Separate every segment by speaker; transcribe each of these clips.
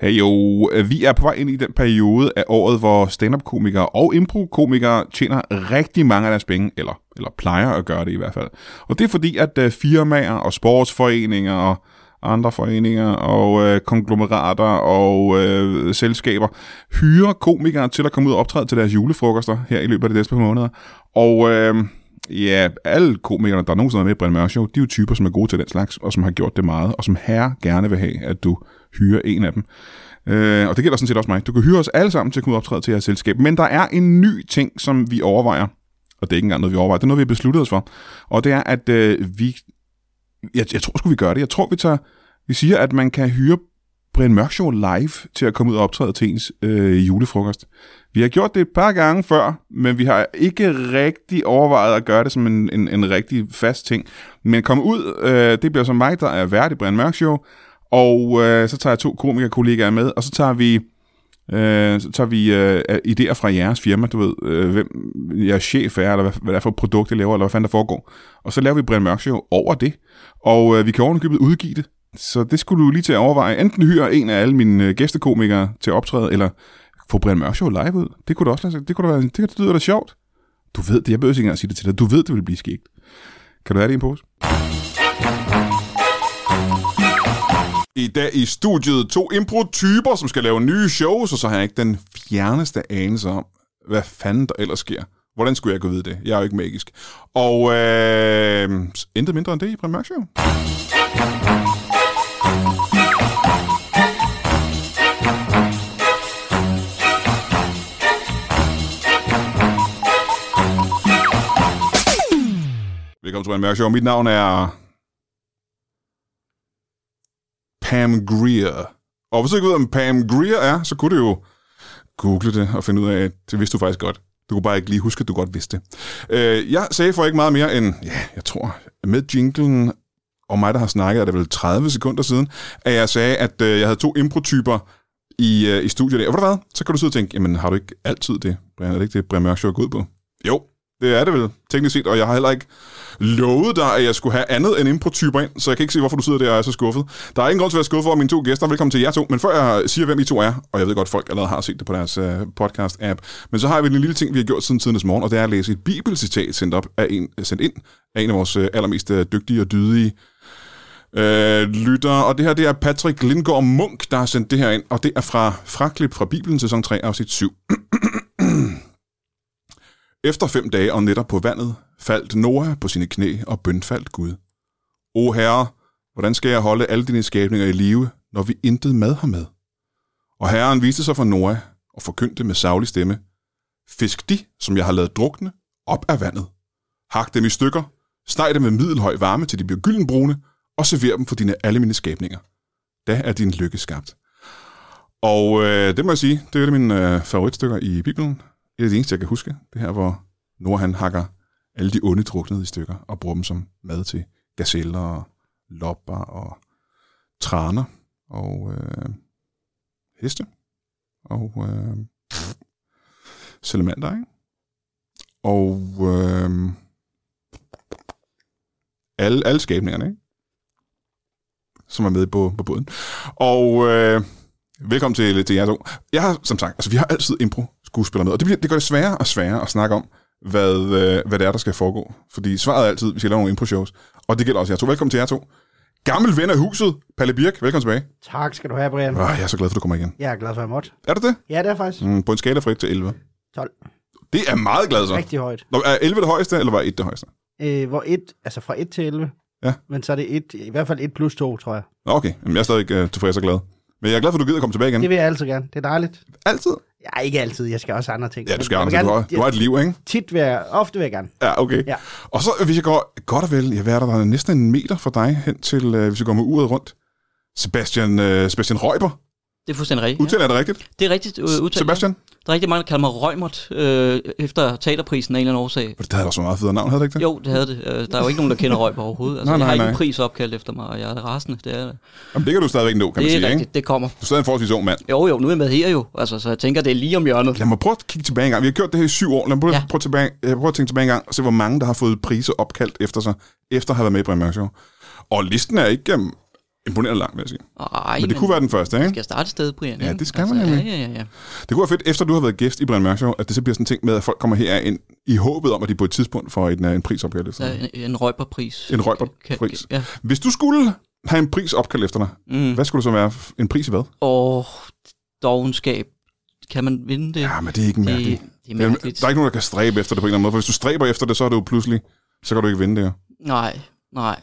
Speaker 1: Hey jo, vi er på vej ind i den periode af året, hvor stand-up-komikere og impro-komikere tjener rigtig mange af deres penge, eller, eller plejer at gøre det i hvert fald. Og det er fordi, at øh, firmaer og sportsforeninger og andre foreninger og øh, konglomerater og øh, selskaber hyrer komikere til at komme ud og optræde til deres julefrokoster her i løbet af de næste par måneder. Og øh, ja, alle komikerne, der nogensinde er med i Brian Mørk Show, de er jo typer, som er gode til den slags, og som har gjort det meget, og som herre gerne vil have, at du hyrer en af dem. Øh, og det gælder sådan set også mig. Du kan hyre os alle sammen til at kunne optræde til jeres selskab. Men der er en ny ting, som vi overvejer. Og det er ikke engang noget, vi overvejer. Det er noget, vi har besluttet os for. Og det er, at øh, vi... Jeg, jeg tror sgu, vi gør det. Jeg tror, vi tager... Vi siger, at man kan hyre Brian Mørk Show live til at komme ud og optræde til ens øh, julefrokost. Vi har gjort det et par gange før, men vi har ikke rigtig overvejet at gøre det som en, en, en rigtig fast ting. Men komme ud, øh, det bliver som mig, der er vært i Brian Mørk Show, og øh, så tager jeg to komikerkollegaer med, og så tager vi, øh, så tager vi øh, idéer fra jeres firma, du ved, øh, hvem jeres chef er, eller hvad, hvad det er for et produkt, jeg laver, eller hvad fanden der foregår. Og så laver vi Brian Mørk Show over det, og øh, vi kan ovenikøbet udgive det. Så det skulle du lige til at overveje. Enten hyre en af alle mine øh, gæstekomikere til at optræde, eller få Brian Mørk Show live ud. Det kunne da også lade sig. Det, kunne da være, det, det lyder da sjovt. Du ved det. Jeg behøver ikke engang at sige det til dig. Du ved, det vil blive skægt. Kan du have det i en pose? I dag i studiet to impro-typer, som skal lave nye shows, og så har jeg ikke den fjerneste anelse om, hvad fanden der ellers sker. Hvordan skulle jeg kunne vide det? Jeg er jo ikke magisk. Og øh, intet mindre end det i Brian Mørk Show. Velkommen til Brian Mørk Show. Mit navn er Pam Greer. Og hvis du ikke ved, om Pam Greer er, så kunne du jo google det og finde ud af, at det vidste du faktisk godt. Du kunne bare ikke lige huske, at du godt vidste det. Øh, jeg sagde for ikke meget mere end, ja, jeg tror, med jinglen og mig, der har snakket, er det vel 30 sekunder siden, at jeg sagde, at øh, jeg havde to improtyper i, øh, i studiet. Og ved du hvad? Så kan du sidde og tænke, jamen har du ikke altid det, Brian? Er det ikke det, Brian Mørk Show er gået på? Jo, det er det vel, teknisk set, og jeg har heller ikke lovede dig, at jeg skulle have andet end improtyper ind, så jeg kan ikke se, hvorfor du sidder der og er så skuffet. Der er ingen grund til at være skuffet over mine to gæster. Velkommen til jer to. Men før jeg siger, hvem I to er, og jeg ved godt, folk allerede har set det på deres øh, podcast-app, men så har vi en lille ting, vi har gjort siden tidernes morgen, og det er at læse et bibelcitat sendt, op af en, øh, sendt ind af en af vores øh, allermest øh, dygtige og dydige øh, lytter. Og det her, det er Patrick Lindgaard Munk, der har sendt det her ind, og det er fra fraklip fra Bibelen, sæson 3, afsnit 7. Efter fem dage og nætter på vandet, faldt Noah på sine knæ og bønfaldt Gud. O herre, hvordan skal jeg holde alle dine skabninger i live, når vi intet mad har med? Og herren viste sig for Noah og forkyndte med savlig stemme, Fisk de, som jeg har lavet drukne, op af vandet. Hak dem i stykker, steg dem med middelhøj varme, til de bliver gyldenbrune, og server dem for dine alle mine skabninger. Da er din lykke skabt. Og øh, det må jeg sige, det er et af mine øh, favoritstykker i Bibelen. Et af de eneste, jeg kan huske. Det her, hvor Noah han hakker alle de onde druknede i stykker og bruger dem som mad til gazeller og lopper og traner og øh, heste og øh, salamander, ikke? Og øh, alle, alle skabningerne, ikke? Som er med på, på båden. Og øh, velkommen til, til jer to. Jeg har, som sagt, altså vi har altid impro-skuespillere med, og det, bliver, det gør det sværere og sværere at snakke om, hvad, øh, hvad det er, der skal foregå. Fordi svaret er altid, at vi skal lave nogle impro-shows. Og det gælder også jer to. Velkommen til jer to. Gammel ven af huset, Palle Birk. Velkommen tilbage.
Speaker 2: Tak skal du have, Brian.
Speaker 1: Øh, jeg er så glad for, at du kommer igen.
Speaker 2: Jeg er glad for, at jeg måtte.
Speaker 1: Er du det?
Speaker 2: Ja, det er faktisk
Speaker 1: Mm, på en skala fra 1 til 11.
Speaker 2: 12.
Speaker 1: Det er meget glad så.
Speaker 2: Rigtig højt.
Speaker 1: Nå, er 11 det højeste, eller var 1 det højeste?
Speaker 2: Øh, hvor et, altså fra 1 til 11.
Speaker 1: Ja.
Speaker 2: Men så er det et, i hvert fald 1 plus 2, tror jeg.
Speaker 1: Nå, okay. Jamen, jeg er stadig øh, tilfreds og glad. Men jeg er glad for, at du gider komme tilbage igen.
Speaker 2: Det vil jeg altid gerne. Det er dejligt.
Speaker 1: Altid.
Speaker 2: Ja, ikke altid. Jeg skal også andre ting.
Speaker 1: Ja, du skal,
Speaker 2: Men jeg
Speaker 1: Anders.
Speaker 2: vil
Speaker 1: Du har,
Speaker 2: gerne-
Speaker 1: du har et liv, ikke?
Speaker 2: Tit vil jeg, ofte vil jeg gerne.
Speaker 1: Ja, okay.
Speaker 2: Ja.
Speaker 1: Og så, hvis jeg går godt og vel, jeg hvad er der, der er næsten en meter fra dig hen til, øh, hvis jeg går med uret rundt. Sebastian, øh, Sebastian Røber.
Speaker 3: Det er fuldstændig rigtigt.
Speaker 1: Udtaler jeg det rigtigt?
Speaker 3: Ja. Det er rigtigt øh, udtalt.
Speaker 1: Sebastian?
Speaker 3: ja. Der er rigtig mange, der kalder mig Rømert øh, efter teaterprisen af en eller anden årsag.
Speaker 1: For det havde da også et meget federe navn, havde det ikke det?
Speaker 3: Jo, det havde det. Øh, Der er jo ikke nogen, der kender Rømer overhovedet. Altså,
Speaker 1: Nej, nej,
Speaker 3: nej, jeg har ikke
Speaker 1: nej.
Speaker 3: en pris opkaldt efter mig, og jeg er rasende. Det er, det
Speaker 1: Jamen, det kan du stadigvæk nå, kan man
Speaker 3: er
Speaker 1: sige,
Speaker 3: rigtigt.
Speaker 1: ikke?
Speaker 3: Det kommer.
Speaker 1: Du er stadig en forholdsvis ung mand.
Speaker 3: Jo, jo, nu er jeg med her jo. Altså, så jeg tænker, det er lige om hjørnet.
Speaker 1: Lad mig prøve at kigge tilbage en gang. Vi har gjort det her i syv år. Lad mig prøve, ja.
Speaker 3: Ja.
Speaker 1: prøve, tilbage, øh, prøve at tænke tilbage en gang og se, hvor mange, der har fået priser opkaldt efter sig, efter at have været med i Brian Mørk Show. Og listen er ikke... øhm, Imponerende langt, vil jeg sige.
Speaker 3: Ej,
Speaker 1: Men det kunne være den første, ikke?
Speaker 3: Skal jeg starte et sted, Brian?
Speaker 1: Ja,
Speaker 3: ikke?
Speaker 1: det skal man nemlig.
Speaker 3: Ja, ja, ja.
Speaker 1: Det kunne være fedt, efter du har været gæst i Brian Mørk Show, at det så bliver sådan en ting med, at folk kommer her ind i håbet om, at de på et tidspunkt får en, øh, en prisopgave.
Speaker 3: Så en, en røgberpris.
Speaker 1: En røgberpris.
Speaker 3: Kan- kan- Ja.
Speaker 1: Hvis du skulle have en pris opkaldt efter dig,
Speaker 3: Mm.
Speaker 1: hvad skulle det så være? En pris i hvad?
Speaker 3: Og dogenskab. Kan man vinde det?
Speaker 1: Ja, men det er ikke mærkeligt.
Speaker 3: det, det er mærkeligt.
Speaker 1: Der er ikke nogen, der kan stræbe efter det på en eller anden måde, for hvis du stræber efter det, så er du jo pludselig, så kan du ikke vinde det. jo.
Speaker 3: Nej, nej.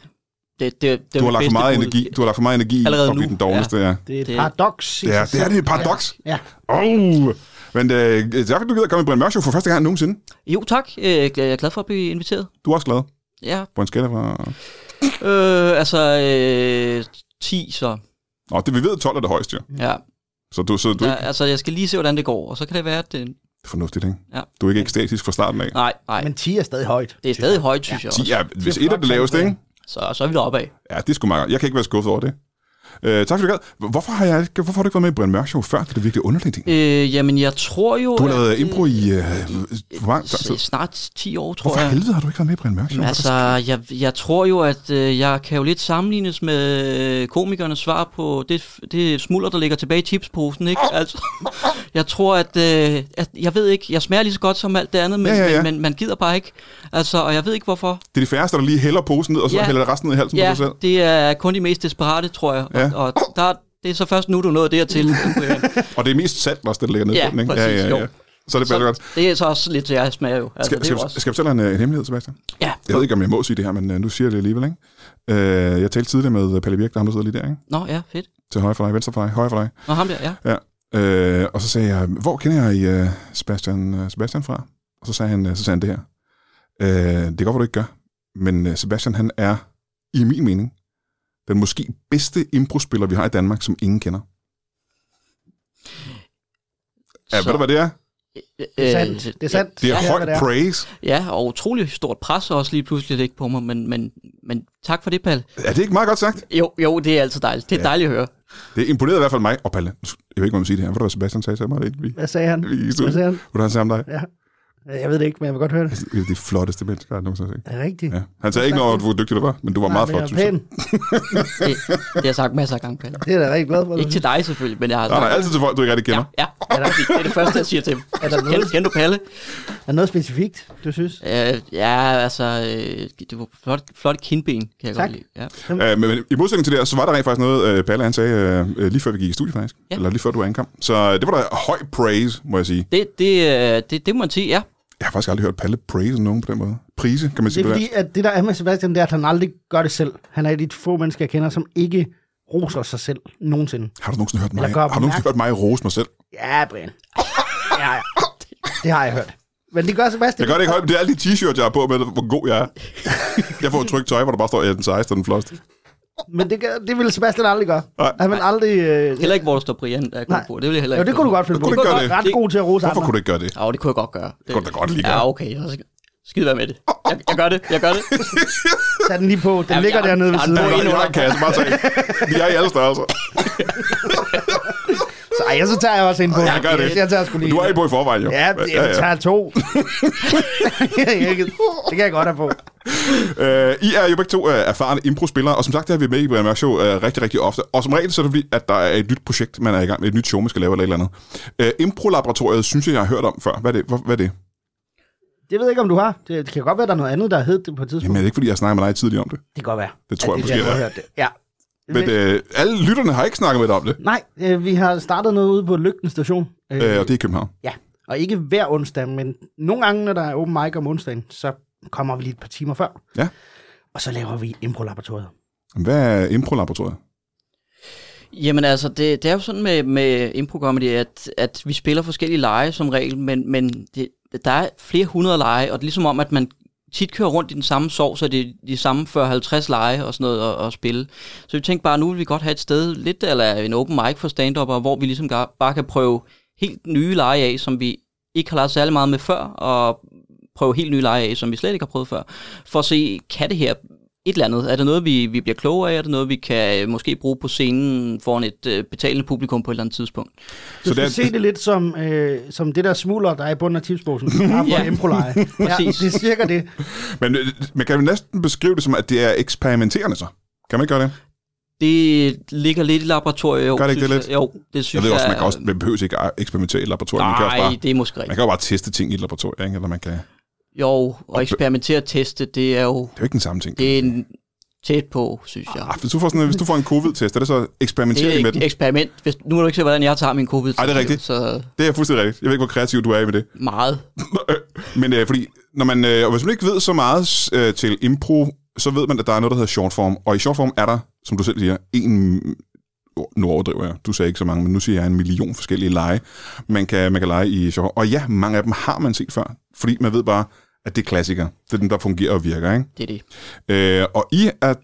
Speaker 3: Det, det, det
Speaker 1: Du
Speaker 3: er
Speaker 1: har
Speaker 3: mit
Speaker 1: lagt for
Speaker 3: bedste
Speaker 1: meget
Speaker 3: bud.
Speaker 1: energi, du har lagt for meget energi i
Speaker 3: Allerede
Speaker 1: at blive
Speaker 3: nu,
Speaker 1: den dårligste. Ja.
Speaker 2: Det er et
Speaker 3: Det-
Speaker 2: paradoks. i
Speaker 1: Det er
Speaker 2: sig
Speaker 1: det, er,
Speaker 2: selv.
Speaker 1: det er et paradoks.
Speaker 2: Ja,
Speaker 1: Oh. Men øh, tak, fordi du gider komme i Brian Mørk Show for første gang nogensinde.
Speaker 3: Jo, tak. Øh, Jeg er glad for at blive inviteret.
Speaker 1: Du er også glad
Speaker 3: Ja,
Speaker 1: på en skala fra...
Speaker 3: øh, altså øh, 10 så.
Speaker 1: Nå, det, vi ved, 12 er det højeste, jo.
Speaker 3: Ja.
Speaker 1: Så du, så Mm. du er
Speaker 3: Der,
Speaker 1: ikke
Speaker 3: altså, jeg skal lige se, hvordan det går, og så kan det være, at det...
Speaker 1: fornuftigt, ikke?
Speaker 3: Ja.
Speaker 1: Du er ikke ekstatisk fra starten af.
Speaker 3: Nej, nej.
Speaker 2: men 10 er stadig højt.
Speaker 3: Det er stadig højt, synes jeg
Speaker 1: De
Speaker 3: også.
Speaker 1: er, hvis
Speaker 2: Det er
Speaker 1: et er det
Speaker 2: flot,
Speaker 1: laveste,
Speaker 2: tænker
Speaker 1: ikke?
Speaker 3: Så, så er vi deroppe af.
Speaker 1: Ja, det er sgu meget godt. Jeg kan ikke være skuffet over det. Øh, tak fordi du gad. Hvorfor har, jeg, ikke- hvorfor har du ikke været med i Brian Mørk Show før? Det er da virkelig underligt. ting.
Speaker 3: Øh, jamen, jeg tror jo...
Speaker 1: Du har lavet
Speaker 3: at,
Speaker 1: impro i... Øh, hvor mange
Speaker 3: s-
Speaker 1: tid?
Speaker 3: Snart 10 år, tror
Speaker 1: Hvorfor
Speaker 3: jeg.
Speaker 1: helvede har du ikke været med i Brian Mørk Show?
Speaker 3: Jamen, altså, jeg, jeg tror jo, at øh, jeg kan jo lidt sammenlignes med øh, komikernes svar på det, det smulder, der ligger tilbage i chipsposen, ikke? Altså, jeg tror, at, øh, at... Jeg ved ikke, jeg smager lige så godt som alt det andet, men,
Speaker 1: Ja, ja, ja.
Speaker 3: men, men man gider bare ikke. Altså, og jeg ved ikke, hvorfor.
Speaker 1: Det er de færreste, der lige hælder posen ned, og så
Speaker 3: Ja.
Speaker 1: hælder resten ned i halsen på
Speaker 3: Ja,
Speaker 1: sig selv.
Speaker 3: det er kun de mest desperate, tror jeg.
Speaker 1: Ja.
Speaker 3: Og, og der, det er så først nu, du nåede dertil. Brian.
Speaker 1: Og det er mest salt også, det der ligger nede
Speaker 3: Ja,
Speaker 1: på den, ikke?
Speaker 3: præcis, jo.
Speaker 1: Så er det passer godt.
Speaker 3: så, det er så også lidt, jeg smager jo. Altså,
Speaker 1: Skal,
Speaker 3: det er
Speaker 1: skal,
Speaker 3: jo også,
Speaker 1: skal jeg fortælle en, øh, en hemmelighed, Sebastian?
Speaker 3: ja.
Speaker 1: Jeg ved ikke, om jeg må sige det her, men øh, nu siger jeg det alligevel, ikke? Øh, jeg talte tidligere med øh, Palle Birk, der er ham, der sidder lige der, ikke?
Speaker 3: Nå, ja, fedt.
Speaker 1: Til højre for dig, venstre for dig, højre for dig.
Speaker 3: Nå, ham der, ja.
Speaker 1: Øh, og så sagde jeg, hvor kender jeg øh, Sebastian, øh, Sebastian fra? Og så sagde han, øh, så sagde han det her. Øh, det er godt, hvad du ikke gør, men øh, Sebastian han er, i min mening, den måske bedste improspiller, vi har i Danmark, som ingen kender. Ja, ved du, hvad det er?
Speaker 3: Øh,
Speaker 2: Det er sandt. Det er sandt.
Speaker 1: Det er
Speaker 2: Ja,
Speaker 1: ja, høj
Speaker 2: hvad
Speaker 1: det er. praise.
Speaker 3: Ja, og utrolig stort pres også lige pludselig ikke på mig, men, men, men tak for det, Palle.
Speaker 1: Er det ikke meget godt sagt?
Speaker 3: Jo, jo, det er altid dejligt. Det er
Speaker 1: Ja.
Speaker 3: ja. dejligt at høre.
Speaker 1: Det imponerede i hvert fald mig. Og Palle, jeg ved ikke, om man siger det her. Ved du, hvad Sebastian sagde til mig? Det, vi,
Speaker 2: Hvad sagde han?
Speaker 1: vi gik i
Speaker 2: Hvad
Speaker 1: studiet.
Speaker 2: sagde han?
Speaker 1: Ved du, han sagde om dig?
Speaker 2: Ja. Jeg ved det ikke, men jeg vil godt høre det.
Speaker 1: Det er de flotteste mennesker, jeg nogensinde har set.
Speaker 2: Er det rigtigt?
Speaker 1: Ja. Han sagde ikke noget, om, hvor dygtig du var, men du var meget
Speaker 2: Nej, men
Speaker 1: flot,
Speaker 2: jeg er
Speaker 1: synes jeg.
Speaker 2: pæn.
Speaker 3: Det, det har jeg sagt masser af gange, Palle.
Speaker 2: Det er jeg da rigtig glad for.
Speaker 3: Ikke til dig selvfølgelig, men jeg har
Speaker 1: Der er der
Speaker 3: sagt...
Speaker 1: altid til folk, du ikke rigtig
Speaker 3: Ja,
Speaker 1: kender.
Speaker 3: ja, det er rigtigt. Det er det første, jeg siger til dem.
Speaker 2: Er der
Speaker 3: Kender,
Speaker 2: noget,
Speaker 3: kender du Palle?
Speaker 2: er der noget specifikt, du synes?
Speaker 3: Øh, ja, altså, øh, det var flot, flot kindben, kan jeg
Speaker 2: Tak.
Speaker 3: godt lide. Ja.
Speaker 1: Øh, men, men i modsætning til det, her, så var der rent faktisk noget, øh, Palle han sagde, øh, øh, lige før vi gik i studiet faktisk. Ja.
Speaker 3: Ja.
Speaker 1: Eller lige før du ankom. Så øh, det var da høj praise, må jeg sige.
Speaker 3: Det, det, øh, det, det må man sige, ja.
Speaker 1: Jeg har faktisk aldrig hørt Palle praise nogen på den måde. Prise, kan man
Speaker 2: Det
Speaker 1: sige
Speaker 2: er
Speaker 1: på
Speaker 2: fordi,
Speaker 1: dansk.
Speaker 2: at det der er med Sebastian, det er, at han aldrig gør det selv. Han er et af de få mennesker, jeg kender, som ikke roser sig selv nogensinde.
Speaker 1: Har du nogensinde hørt mig,
Speaker 2: Eller gør
Speaker 1: har du nogensinde
Speaker 2: opmærksom-
Speaker 1: hørt mig rose mig selv?
Speaker 2: Ja, Brian. Ja, ja. Det har jeg hørt. Men det gør Sebastian.
Speaker 1: Jeg gør det ikke højt, men det er alle de t-shirts, jeg har på med, hvor god jeg er. jeg får et tryk tøj, hvor der bare står, at jeg er den sejeste og den flotte.
Speaker 2: Men det, gør, det ville Sebastian aldrig gøre.
Speaker 1: Nej.
Speaker 2: Han vil aldrig... Øh...
Speaker 3: Heller ikke, hvor der står Brian, der er kommet
Speaker 2: Nej.
Speaker 3: på. Det vil jeg heller
Speaker 2: Jo,
Speaker 3: ikke.
Speaker 2: det kunne du godt finde
Speaker 1: Kunne
Speaker 2: på.
Speaker 1: du ikke gøre
Speaker 2: er
Speaker 1: det?
Speaker 2: ret god til at rose
Speaker 1: Hvorfor
Speaker 2: andre.
Speaker 1: kunne du ikke gøre det?
Speaker 3: Ja, det kunne jeg godt gøre. Det,
Speaker 1: kunne du da godt lige gøre.
Speaker 3: Ja, okay. så sk- Skid være med det. Jeg, jeg gør det, jeg gør det.
Speaker 2: Sæt den lige på. Den
Speaker 3: Ja,
Speaker 2: ligger
Speaker 3: jeg-
Speaker 2: dernede ved
Speaker 3: jeg-
Speaker 2: siden.
Speaker 1: Der
Speaker 3: jeg-
Speaker 1: er
Speaker 2: af.
Speaker 1: en
Speaker 3: Gå ind
Speaker 1: under
Speaker 3: under-
Speaker 1: en kasse, bare tag. Vi er i alle størrelser.
Speaker 2: Så, ej, ja, så tager jeg også en på.
Speaker 1: Jeg gør det.
Speaker 2: Jeg tager sgu lige.
Speaker 1: Du er i på i forvejen, jo.
Speaker 2: Ja, det- jeg tager to. Jeg kan- det kan jeg godt have på.
Speaker 1: Øh, I er jo begge to øh, erfarne improspillere, og som sagt, det har vi med i Brian Mørk Show øh, rigtig, rigtig ofte. Og som regel, så er det fordi, at der er et nyt projekt, man er i gang med, et nyt show, man skal lave eller et eller andet. Øh, Impro-laboratoriet, synes jeg, jeg har hørt om før. Hvad er det? Hvor, hvad er det?
Speaker 2: Det ved jeg ikke, om du har. Det, det kan godt være, der er noget andet, der hed det på et tidspunkt.
Speaker 1: Jamen, det er ikke, fordi jeg snakker med dig tidligere om det.
Speaker 2: Det kan godt være.
Speaker 1: Det tror
Speaker 2: At
Speaker 1: jeg måske,
Speaker 2: er der,
Speaker 1: jeg
Speaker 2: du har hørt det. Ja.
Speaker 1: Men øh, alle lytterne har ikke snakket med dig om det,
Speaker 2: Nej, øh, vi har startet noget ude på Lygten station.
Speaker 1: øh, og det er i København.
Speaker 2: Ja, og ikke hver onsdag, men nogle gange, når der er open mic om onsdagen, så kommer vi lige et par timer før.
Speaker 1: Ja.
Speaker 2: Og så laver vi improlaboratoriet.
Speaker 1: Hvad er Impro-laboratoriet?
Speaker 3: Jamen altså, det, det er jo sådan med, med impro-comedy, at, at vi spiller forskellige lege som regel, men, men det, der er flere hundrede lege, og det er ligesom om, at man tit kører rundt i den samme sov, så det er de samme 40-50 lege og sådan noget at, at spille. Så vi tænkte bare, nu vil vi godt have et sted, lidt eller en open mic for stand hvor vi ligesom gar- bare kan prøve helt nye lege af, som vi ikke har lavet særlig meget med før, og prøve helt nye lege af, som vi slet ikke har prøvet før, for at se, kan det her et eller andet? Er det noget, vi, vi bliver klogere af? Er det noget, vi kan øh, måske bruge på scenen foran et øh, betalende publikum på et eller andet tidspunkt?
Speaker 2: Du
Speaker 1: Så det
Speaker 2: så skal
Speaker 1: er-
Speaker 2: det se det lidt som, øh, som det der smulder, der er i bunden af tipsposen. Bare for
Speaker 3: Ja.
Speaker 2: ja. improleje. Ja,
Speaker 3: Præcis.
Speaker 2: det er cirka det.
Speaker 1: Men øh, man kan jo næsten beskrive det som, at det er eksperimenterende så. Kan man ikke gøre det?
Speaker 3: Det ligger lidt i laboratoriet. Jo,
Speaker 1: Gør det ikke
Speaker 3: synes
Speaker 1: det lidt?
Speaker 3: Jeg, jo, det synes
Speaker 1: Jeg ved også,
Speaker 3: jeg,
Speaker 1: man, kan også, man behøver ikke at eksperimentere i et laboratorium. man, kan også
Speaker 3: Nej,
Speaker 1: bare,
Speaker 3: det er måske
Speaker 1: man
Speaker 3: rigtigt.
Speaker 1: kan jo bare teste ting i et laboratorium, ikke? eller man kan... Det
Speaker 3: Jo, og eksperimentere og teste, det er jo
Speaker 1: er jo ikke den samme ting.
Speaker 3: det er en tæt på, synes jeg.
Speaker 1: Ah, hvis, du får sådan, hvis du får en covid-test, er det så eksperimenterer
Speaker 3: Det
Speaker 1: I
Speaker 3: er
Speaker 1: med
Speaker 3: et
Speaker 1: den?
Speaker 3: eksperiment. Hvis, nu må du ikke se, hvordan jeg tager min covid
Speaker 1: Ej, det er rigtigt.
Speaker 3: Så
Speaker 1: Det er fuldstændig rigtigt. Jeg ved ikke, hvor kreativ du er med det.
Speaker 3: meget.
Speaker 1: Men øh, fordi, når man, øh, og hvis man ikke ved så meget øh, til impro, så ved man, at der er noget, der hedder shortform. Og i shortform er der, som du selv siger, en... oh, Nu overdriver jeg. Du sagde ikke så mange, men nu siger jeg en million forskellige lege, man kan, man kan lege i shortform. Og ja, mange af dem har man set før, fordi man ved bare, at det er klassikere. Det er dem, der fungerer og virker, ikke?
Speaker 3: Det er det.
Speaker 1: Øh, og I er...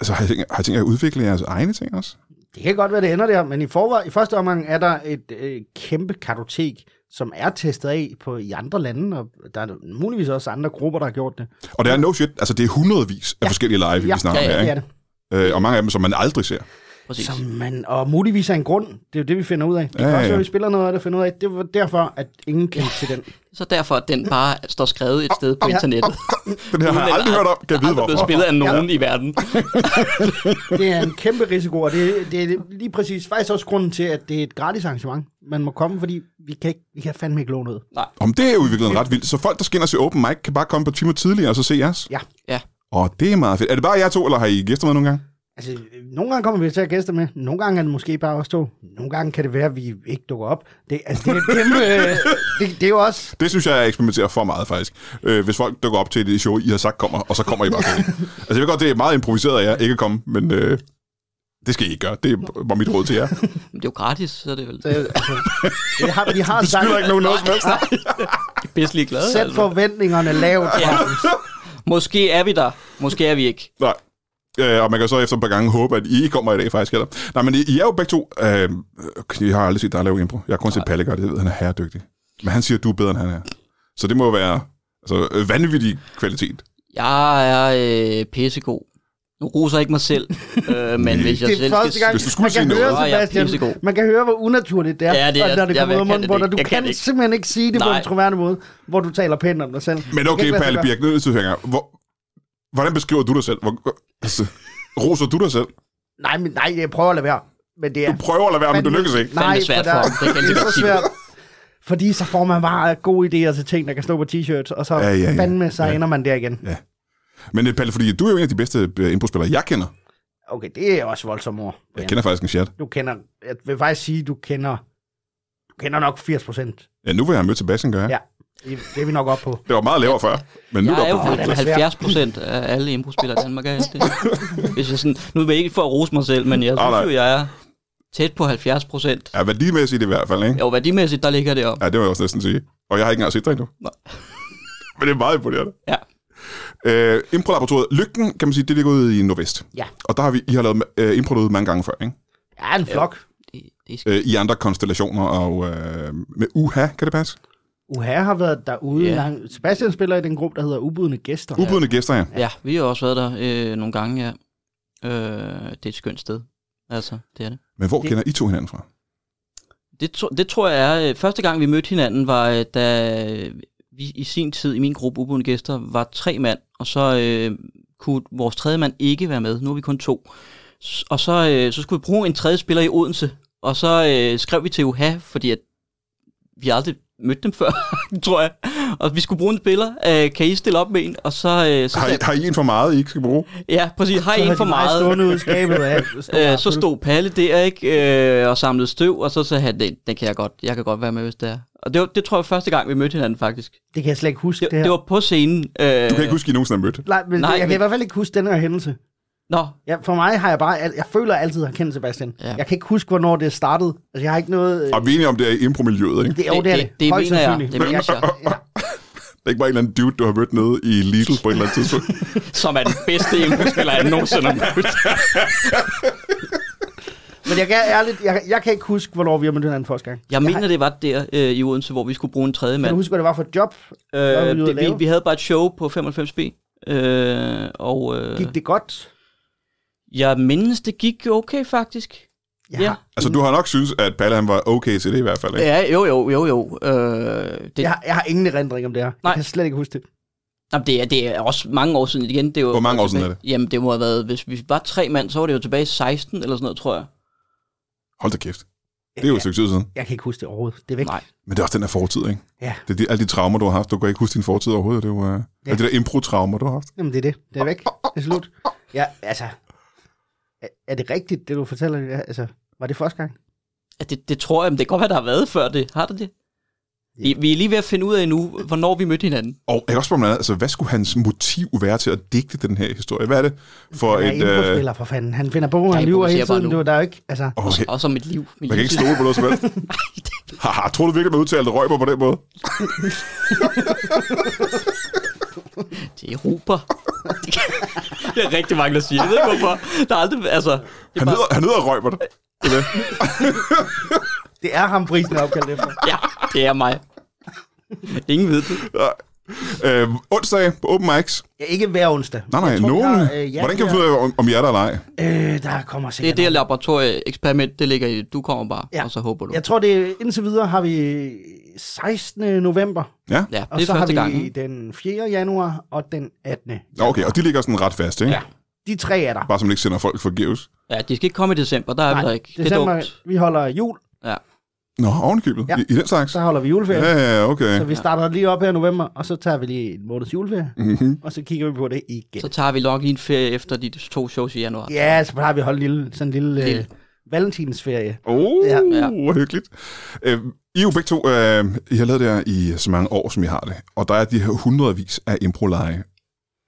Speaker 1: Altså, har I tænkt, har I tænkt jer at udvikle jeres egne ting også?
Speaker 2: Det kan godt være, det ender der, men i, forvej, i første omgang er der et øh, kæmpe kartotek, som er testet af på, i andre lande, og der er muligvis også andre grupper, der har gjort det.
Speaker 1: Og det er no shit, altså det er hundredvis af ja. forskellige lege, vi ja. snakker om
Speaker 3: Ja,
Speaker 1: her,
Speaker 3: ja,
Speaker 2: det er
Speaker 1: ikke?
Speaker 2: det.
Speaker 1: Øh, og mange af dem, som man aldrig ser.
Speaker 3: Præcis.
Speaker 2: Som man, og muligvis er en grund. Det er jo det, vi finder ud af. Det kan
Speaker 1: Ja,
Speaker 2: ja,
Speaker 1: ja,
Speaker 2: også
Speaker 1: ja.
Speaker 2: være, vi spiller noget af det og finder ud af. Det var derfor, at ingen kendte til den.
Speaker 3: Så derfor, at den bare står skrevet et sted på
Speaker 2: ja.
Speaker 3: internettet.
Speaker 1: Den her har jeg
Speaker 3: Uden-
Speaker 1: aldrig hørt om. Kan jeg vide,
Speaker 3: Aldrig blevet
Speaker 1: hvorfor?
Speaker 3: spillet af nogen i verden.
Speaker 2: Det er en kæmpe risiko, og det, det er lige præcis faktisk også grunden til, at det er et gratis arrangement. Man må komme, fordi vi kan, ikke, vi kan fandme ikke låne noget.
Speaker 1: Om det er jo i virkeligheden ret vildt. Så folk, der skal ind og se open mic, kan bare komme på timer tidligere og så se jeres.
Speaker 2: Ja.
Speaker 3: Ja.
Speaker 1: Og det er meget fedt. Er det bare jer to, eller har I gæster med nogle gange?
Speaker 2: Altså, øh, nogle gange kommer vi til at have gæster med. Nogle gange er det måske bare os to. Nogle gange kan det være, at vi ikke dukker op. Det, altså, det er et kæmpe... øh, det, det er jo også...
Speaker 1: Det synes jeg, jeg eksperimenterer for meget, faktisk. Øh, hvis folk dukker op til det show, I har sagt kommer, og så kommer I bare slet ikke. Altså, jeg ved godt, det er meget improviseret af jer, ikke at komme, men øh, det skal I ikke gøre. Det var mit råd til jer.
Speaker 3: Men det er jo gratis, så er det vel
Speaker 2: Det, altså, vi har, vi har sagt,
Speaker 1: skylder ikke nogen noget som helst.
Speaker 3: bedst lige glade.
Speaker 2: sæt
Speaker 3: altså.
Speaker 2: forventningerne lavt.
Speaker 3: Ja. Måske er vi der, måske er vi ikke.
Speaker 1: Nej. Øh, og man kan så efter et par gange håbe, at I ikke kommer i dag faktisk heller. Nej, men I, I er jo begge to... Øh, jeg har aldrig set dig lave impro. Jeg har kun set Palle gøre det. Jeg ved, han er herredygtig. Men han siger, at du er bedre, end han er. Så det må jo være altså, øh, vanvittig kvalitet.
Speaker 3: Jeg er øh, pissegod. Nu roser jeg ikke mig selv, øh, men hvis jeg
Speaker 2: Det er
Speaker 3: selv
Speaker 2: første gang,
Speaker 1: hvis du skulle
Speaker 2: man kan
Speaker 1: sige
Speaker 2: høre,
Speaker 1: noget.
Speaker 3: Nå, jeg er
Speaker 2: Sebastian,
Speaker 3: pissegod.
Speaker 2: man kan høre, hvor unaturligt det er,
Speaker 3: Ja, det er-
Speaker 2: og når det
Speaker 3: jeg
Speaker 2: kommer ud af
Speaker 3: kan
Speaker 2: munden,
Speaker 3: det
Speaker 2: hvor
Speaker 3: ikke.
Speaker 2: du
Speaker 3: Jeg kan
Speaker 2: kan,
Speaker 3: det ikke.
Speaker 2: simpelthen ikke sige det på
Speaker 3: Nej.
Speaker 2: en troværdig måde, hvor du taler pænt om dig selv.
Speaker 1: Men
Speaker 2: Det kan
Speaker 1: okay,
Speaker 2: ikke lade sig
Speaker 1: Palle
Speaker 2: gøre.
Speaker 1: Birk, nu er jeg nødt til at hænge. Hvor, Hvordan beskriver du dig selv? Hvor, hvor- altså, roser du dig selv?
Speaker 2: Nej, men nej, jeg prøver at lade være. Men det er
Speaker 1: Du prøver at lade være, men du
Speaker 2: fandme-
Speaker 1: lykkes ikke.
Speaker 2: Nej,
Speaker 3: Fandme svært
Speaker 2: for der,
Speaker 3: for ham. Det kan jeg
Speaker 2: det
Speaker 3: lige
Speaker 2: er
Speaker 3: godt
Speaker 2: så
Speaker 3: sige.
Speaker 2: svært. Fordi så får man bare gode idéer til ting, der kan stå på t-shirts, og så
Speaker 1: Ja,
Speaker 2: ja,
Speaker 1: ja, ja.
Speaker 2: ja, fandme, så
Speaker 1: Ja.
Speaker 2: ja. ender man der igen.
Speaker 1: Men øh, Palle, fordi du er jo en af de bedste øh, improspillere, jeg kender.
Speaker 2: Okay, det er også voldsomt ord.
Speaker 1: Jeg
Speaker 2: Brian.
Speaker 1: kender faktisk en chat.
Speaker 2: Du kender, jeg vil faktisk sige, du kender, du kender nok 80 procent.
Speaker 1: Ja, nu vil jeg have mødt Sebastian, gør jeg. Ja.
Speaker 2: Ja. Det er vi nok oppe på.
Speaker 1: Det var meget lavere før, men nu
Speaker 3: Jeg er
Speaker 1: er
Speaker 3: jo
Speaker 1: der på.
Speaker 2: den er svær.
Speaker 3: 70 procent af alle impro-spillere i Danmark. Er jeg det. Hvis jeg sådan, nu er jeg ikke for at rose mig selv, men jeg
Speaker 1: nej.
Speaker 3: synes jo, jeg er tæt på 70 procent.
Speaker 1: Ja, værdimæssigt i hvert fald, ikke?
Speaker 3: Jo, værdimæssigt, der ligger det om.
Speaker 1: Ja, det må jeg også næsten sige. Og jeg har ikke engang set dig endnu.
Speaker 3: Nej.
Speaker 1: Men det er meget imponerende.
Speaker 3: Ja.
Speaker 1: Øh, Improlaboratoriet Lygten, kan man sige, det ligger ude i Nordvest.
Speaker 2: Ja.
Speaker 1: Og der har vi, I har lavet øh, impro derude mange gange før, ikke?
Speaker 2: Ja, en flok.
Speaker 3: Det, det er sk-
Speaker 1: Øh, I andre konstellationer og øh, med UHA, kan det passe?
Speaker 2: Uha har været derude
Speaker 3: Ja.
Speaker 2: yeah. lang. Sebastian spiller i den gruppe, der hedder Ubudne Gæster.
Speaker 1: Ja. Ubydende gæster, ja.
Speaker 3: ja, vi har også været der øh, nogle gange, ja. Øh, det er et skønt sted. Altså, det er det.
Speaker 1: Men hvor det...
Speaker 2: Det-
Speaker 1: kender I to hinanden fra?
Speaker 3: Det, tro, det tror jeg er... øh, Første gang, vi mødte hinanden, var øh, da øh, vi i sin tid, i min gruppe ubudne gæster, var tre mand, og så øh, kunne vores tredje mand ikke være med. Nu er vi kun to. S- Og så, øh, så skulle vi bruge en tredje spiller i Odense, og så øh, skrev vi til UHA, fordi at vi aldrig mødte dem før, tror jeg. Og vi skulle bruge en spiller. Øh, kan I stille op med en? Og så... Øh, så
Speaker 1: Har I,
Speaker 3: sagde-
Speaker 1: har I en for meget, I ikke skal bruge?
Speaker 3: ja, præcis. Har I en for meget?
Speaker 2: stående ud i skabet af.
Speaker 3: Øh, så stod Palle der, ikke? Øh, og samlede støv, og så sagde han, den, den kan jeg godt, jeg kan godt være med, hvis det er. Og det, var, det tror jeg var første gang, vi mødte hinanden, faktisk.
Speaker 2: Det kan jeg slet ikke huske.
Speaker 3: Det,
Speaker 2: Det, her.
Speaker 3: det var på scenen. Øh,
Speaker 1: Du kan ikke huske, I nogensinde har mødt.
Speaker 2: Nej, men
Speaker 3: Nej,
Speaker 2: Nej, jeg kan
Speaker 3: men-
Speaker 2: i hvert fald ikke huske den her hændelse.
Speaker 3: Nå,
Speaker 2: Ja, for mig har jeg bare... Jeg, jeg føler altid, at jeg kender Sebastian.
Speaker 3: Ja.
Speaker 2: Ja. Jeg kan ikke huske, hvorhvornår det startede. Altså, jeg har ikke noget... Øh,
Speaker 1: Og vi er enige om, det er i impromiljøet, ikke?
Speaker 2: det, jo,
Speaker 3: det-
Speaker 2: det, er
Speaker 3: det-
Speaker 2: det.
Speaker 3: det
Speaker 2: Højst
Speaker 3: mener jeg.
Speaker 2: sandsynligt.
Speaker 3: Det mener jeg.
Speaker 2: Ja.
Speaker 1: Det er ikke bare en eller anden dude, du har mødt nede i Lidl på et eller andet tidspunkt.
Speaker 3: som er den bedste impulsspiller, jeg nogensinde har mødt.
Speaker 2: Men jeg kan ærligt... Jeg, jeg kan ikke huske, hvornår vi har mødt hinanden første gang.
Speaker 3: Jeg mener, det var der øh, i Odense, hvor vi skulle bruge en tredje
Speaker 2: Kan du
Speaker 3: mand.
Speaker 2: huske, hvad det var for et job? hvad var
Speaker 3: Øh,
Speaker 2: vi ude at
Speaker 3: det, vi,
Speaker 2: lave?
Speaker 3: vi havde bare et show på 95B, øh, og øh,
Speaker 2: Gik det godt?
Speaker 3: jeg mindes, det gik okay, faktisk.
Speaker 2: Jeg
Speaker 3: Ja.
Speaker 2: har,
Speaker 1: altså, du har nok synes, at Palle han var okay til det i hvert fald, ikke?
Speaker 3: Ja, jo, jo, jo, jo. Øh, det,
Speaker 2: jeg, har, jeg har ingen erindring om det her.
Speaker 3: Nej.
Speaker 2: Jeg kan slet ikke huske det.
Speaker 3: Jamen, det, er, det er også mange år siden igen. Det er jo,
Speaker 1: Hvor mange år siden er
Speaker 3: tilbage- Jamen, det må have været, hvis vi var tre mand, så var det jo tilbage i 16 eller sådan noget, tror jeg.
Speaker 1: Hold da kæft. Det er jo et stykke tid siden.
Speaker 2: Jeg kan ikke huske det overhovedet. Det er væk.
Speaker 3: Nej.
Speaker 1: Men det er også den der fortid, ikke?
Speaker 2: Ja,
Speaker 1: Det er de, alle de traumer, du har haft. Du kan ikke huske din fortid overhovedet. Det er jo uh, alle de der impro-traumer, du har haft.
Speaker 2: jamen det er det. Det er væk. Det er slut. Ja, altså. Er, er det rigtigt, det du fortæller? Ja, altså, var det første gang?
Speaker 3: Ja, det, det tror jeg, men det kan godt være, der har været før det. Har der det?
Speaker 2: Ja.
Speaker 3: Vi, vi er lige ved at finde ud af nu, hvornår vi mødte hinanden.
Speaker 1: Og jeg kan også spørge mig, altså, hvad skulle hans motiv være til at digte den her historie? Hvad er det for
Speaker 2: Han er
Speaker 1: et... Øh,
Speaker 2: indbrugsspiller for fanden. Han finder på, han
Speaker 3: jeg
Speaker 2: lyver hele
Speaker 3: improviserer bare
Speaker 2: tiden.
Speaker 3: nu.
Speaker 2: Du, der er jo ikke, altså,
Speaker 1: okay,
Speaker 3: Også om mit liv. Mit
Speaker 1: man kan ikke
Speaker 3: liv.
Speaker 1: stole på noget som helst. Haha, tror du virkelig, man udtalte røgber på den måde?
Speaker 3: Det er Ruber. det er rigtig mange, der siger. Jeg ved ikke, hvorfor. Der er aldrig, altså, det er
Speaker 1: Han
Speaker 3: bare,
Speaker 1: hedder, han hedder Røgbert. Det er det.
Speaker 2: det er ham, prisen er opkaldt efter.
Speaker 3: ja, det er mig. Ingen ved det.
Speaker 1: Nej. Øh, onsdag på Open Mics.
Speaker 2: Ja, ikke hver onsdag.
Speaker 1: Nej, nej,
Speaker 2: Jeg tror, vi
Speaker 1: nogen.
Speaker 2: har, øh, ja,
Speaker 1: Hvordan kan vi
Speaker 2: vi
Speaker 1: finde ud af, om- om jeg er der eller ej?
Speaker 2: har- Øh, der kommer
Speaker 3: Det er
Speaker 2: sikkert
Speaker 3: det her laboratorieeksperiment, det ligger i, du kommer bare,
Speaker 2: Ja.
Speaker 3: ja. og så håber du.
Speaker 2: Jeg tror, det er, indtil videre har vi 16. november,
Speaker 1: Ja?
Speaker 3: Ja,
Speaker 2: og
Speaker 3: det
Speaker 2: så
Speaker 3: er
Speaker 2: har
Speaker 3: første
Speaker 2: vi
Speaker 3: gang. ikke?
Speaker 2: den 4. januar og den 18.
Speaker 1: Nå, Okay, og de ligger sådan ret fast, ikke?
Speaker 2: Ja. De tre er der.
Speaker 1: Bare så man ikke sender folk forgæves.
Speaker 3: Ja, de skal ikke komme i december, der er vi der ikke. Det er
Speaker 2: december,
Speaker 3: dumt.
Speaker 2: Vi holder jul,
Speaker 3: Ja.
Speaker 1: Nå, ovenkøbet.
Speaker 2: Ja.
Speaker 1: I, I den slags?
Speaker 2: så holder vi juleferie.
Speaker 1: Ja, ja, okay.
Speaker 2: Så vi starter lige op her i november, og så tager vi lige en måneds juleferie,
Speaker 1: Mhm.
Speaker 2: og så kigger vi på det igen.
Speaker 3: Så tager vi nok lige en ferie efter de to shows i januar.
Speaker 2: Ja, så har vi holdt en lille, sådan en lille, lille.
Speaker 3: Lille.
Speaker 2: Øh, valentinsferie.
Speaker 1: Åh,
Speaker 2: Ja.
Speaker 1: ja,
Speaker 3: Ja.
Speaker 1: ja. Oh, hyggeligt. Øh, I er jo begge to, øh, I har lavet det her i så mange år, som I har det. Og der er de her hundredvis af improleje.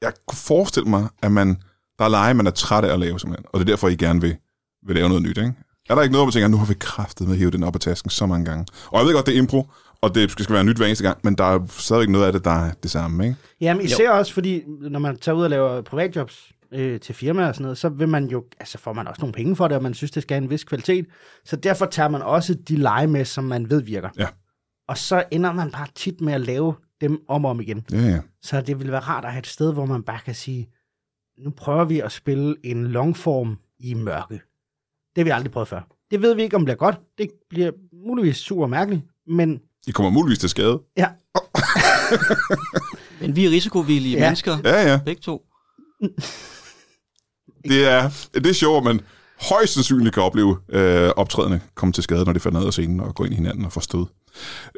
Speaker 1: Jeg kunne forestille mig, at man, der er lege, man er træt af at lave, simpelthen. Og det er derfor, I gerne vil, vil lave noget nyt, ikke? Er der ikke noget, hvor man tænker, nu har vi kraftet med at hive den op af tasken så mange gange? Og jeg ved godt, det er impro, og det skal skal være nyt hver eneste gang, men der er jo stadigvæk noget af det, der er det samme, ikke?
Speaker 2: Jamen især jo. også, fordi når man tager ud og laver privatjobs øh, til firmaer og sådan noget, så vil man jo, altså får man også nogle penge for det, og man synes, det skal have en vis kvalitet. Så derfor tager man også de lege med, som man ved virker.
Speaker 1: Ja.
Speaker 2: Og så ender man bare tit med at lave dem om og om igen.
Speaker 1: Ja, ja.
Speaker 2: Så det ville være rart at have et sted, hvor man bare kan sige, nu prøver vi at spille en longform i mørke. Det har vi aldrig prøvet før. Det ved vi ikke, om det bliver godt. Det bliver muligvis super mærkeligt, men
Speaker 1: I kommer muligvis til skade.
Speaker 2: ja,
Speaker 3: Men vi er risikovillige
Speaker 2: Ja.
Speaker 3: ja. mennesker,
Speaker 1: Ja, ja.
Speaker 3: begge to.
Speaker 1: Det er, det er sjovt, at man højst sandsynligt kan opleve øh, optrædende komme til skade, når de falder ned af scenen og går ind i hinanden og får stød.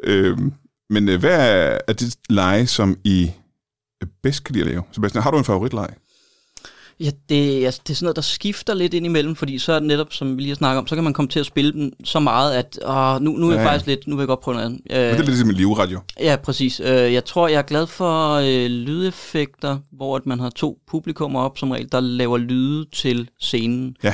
Speaker 1: Øh, men øh, hvad er, er det lege, som I øh, bedst kan lide at lave? Sebastian, har du en favoritleg?
Speaker 3: Ja, det, altså, det er sådan noget, der skifter lidt indimellem, fordi så er det netop, som vi lige har snakket om, så kan man komme til at spille dem så meget, at åh, nu, nu er jeg
Speaker 1: Ja,
Speaker 3: ja,
Speaker 1: ja.
Speaker 3: faktisk lidt, nu vil jeg godt prøve noget andet.
Speaker 1: Øh. Det er
Speaker 3: Øh,
Speaker 1: lidt ligesom en livradio.
Speaker 3: ja, præcis. Øh, jeg tror, jeg er glad for øh, lydeffekter, hvor at man har to publikummer op som regel, der laver lyde til scenen.
Speaker 1: Ja.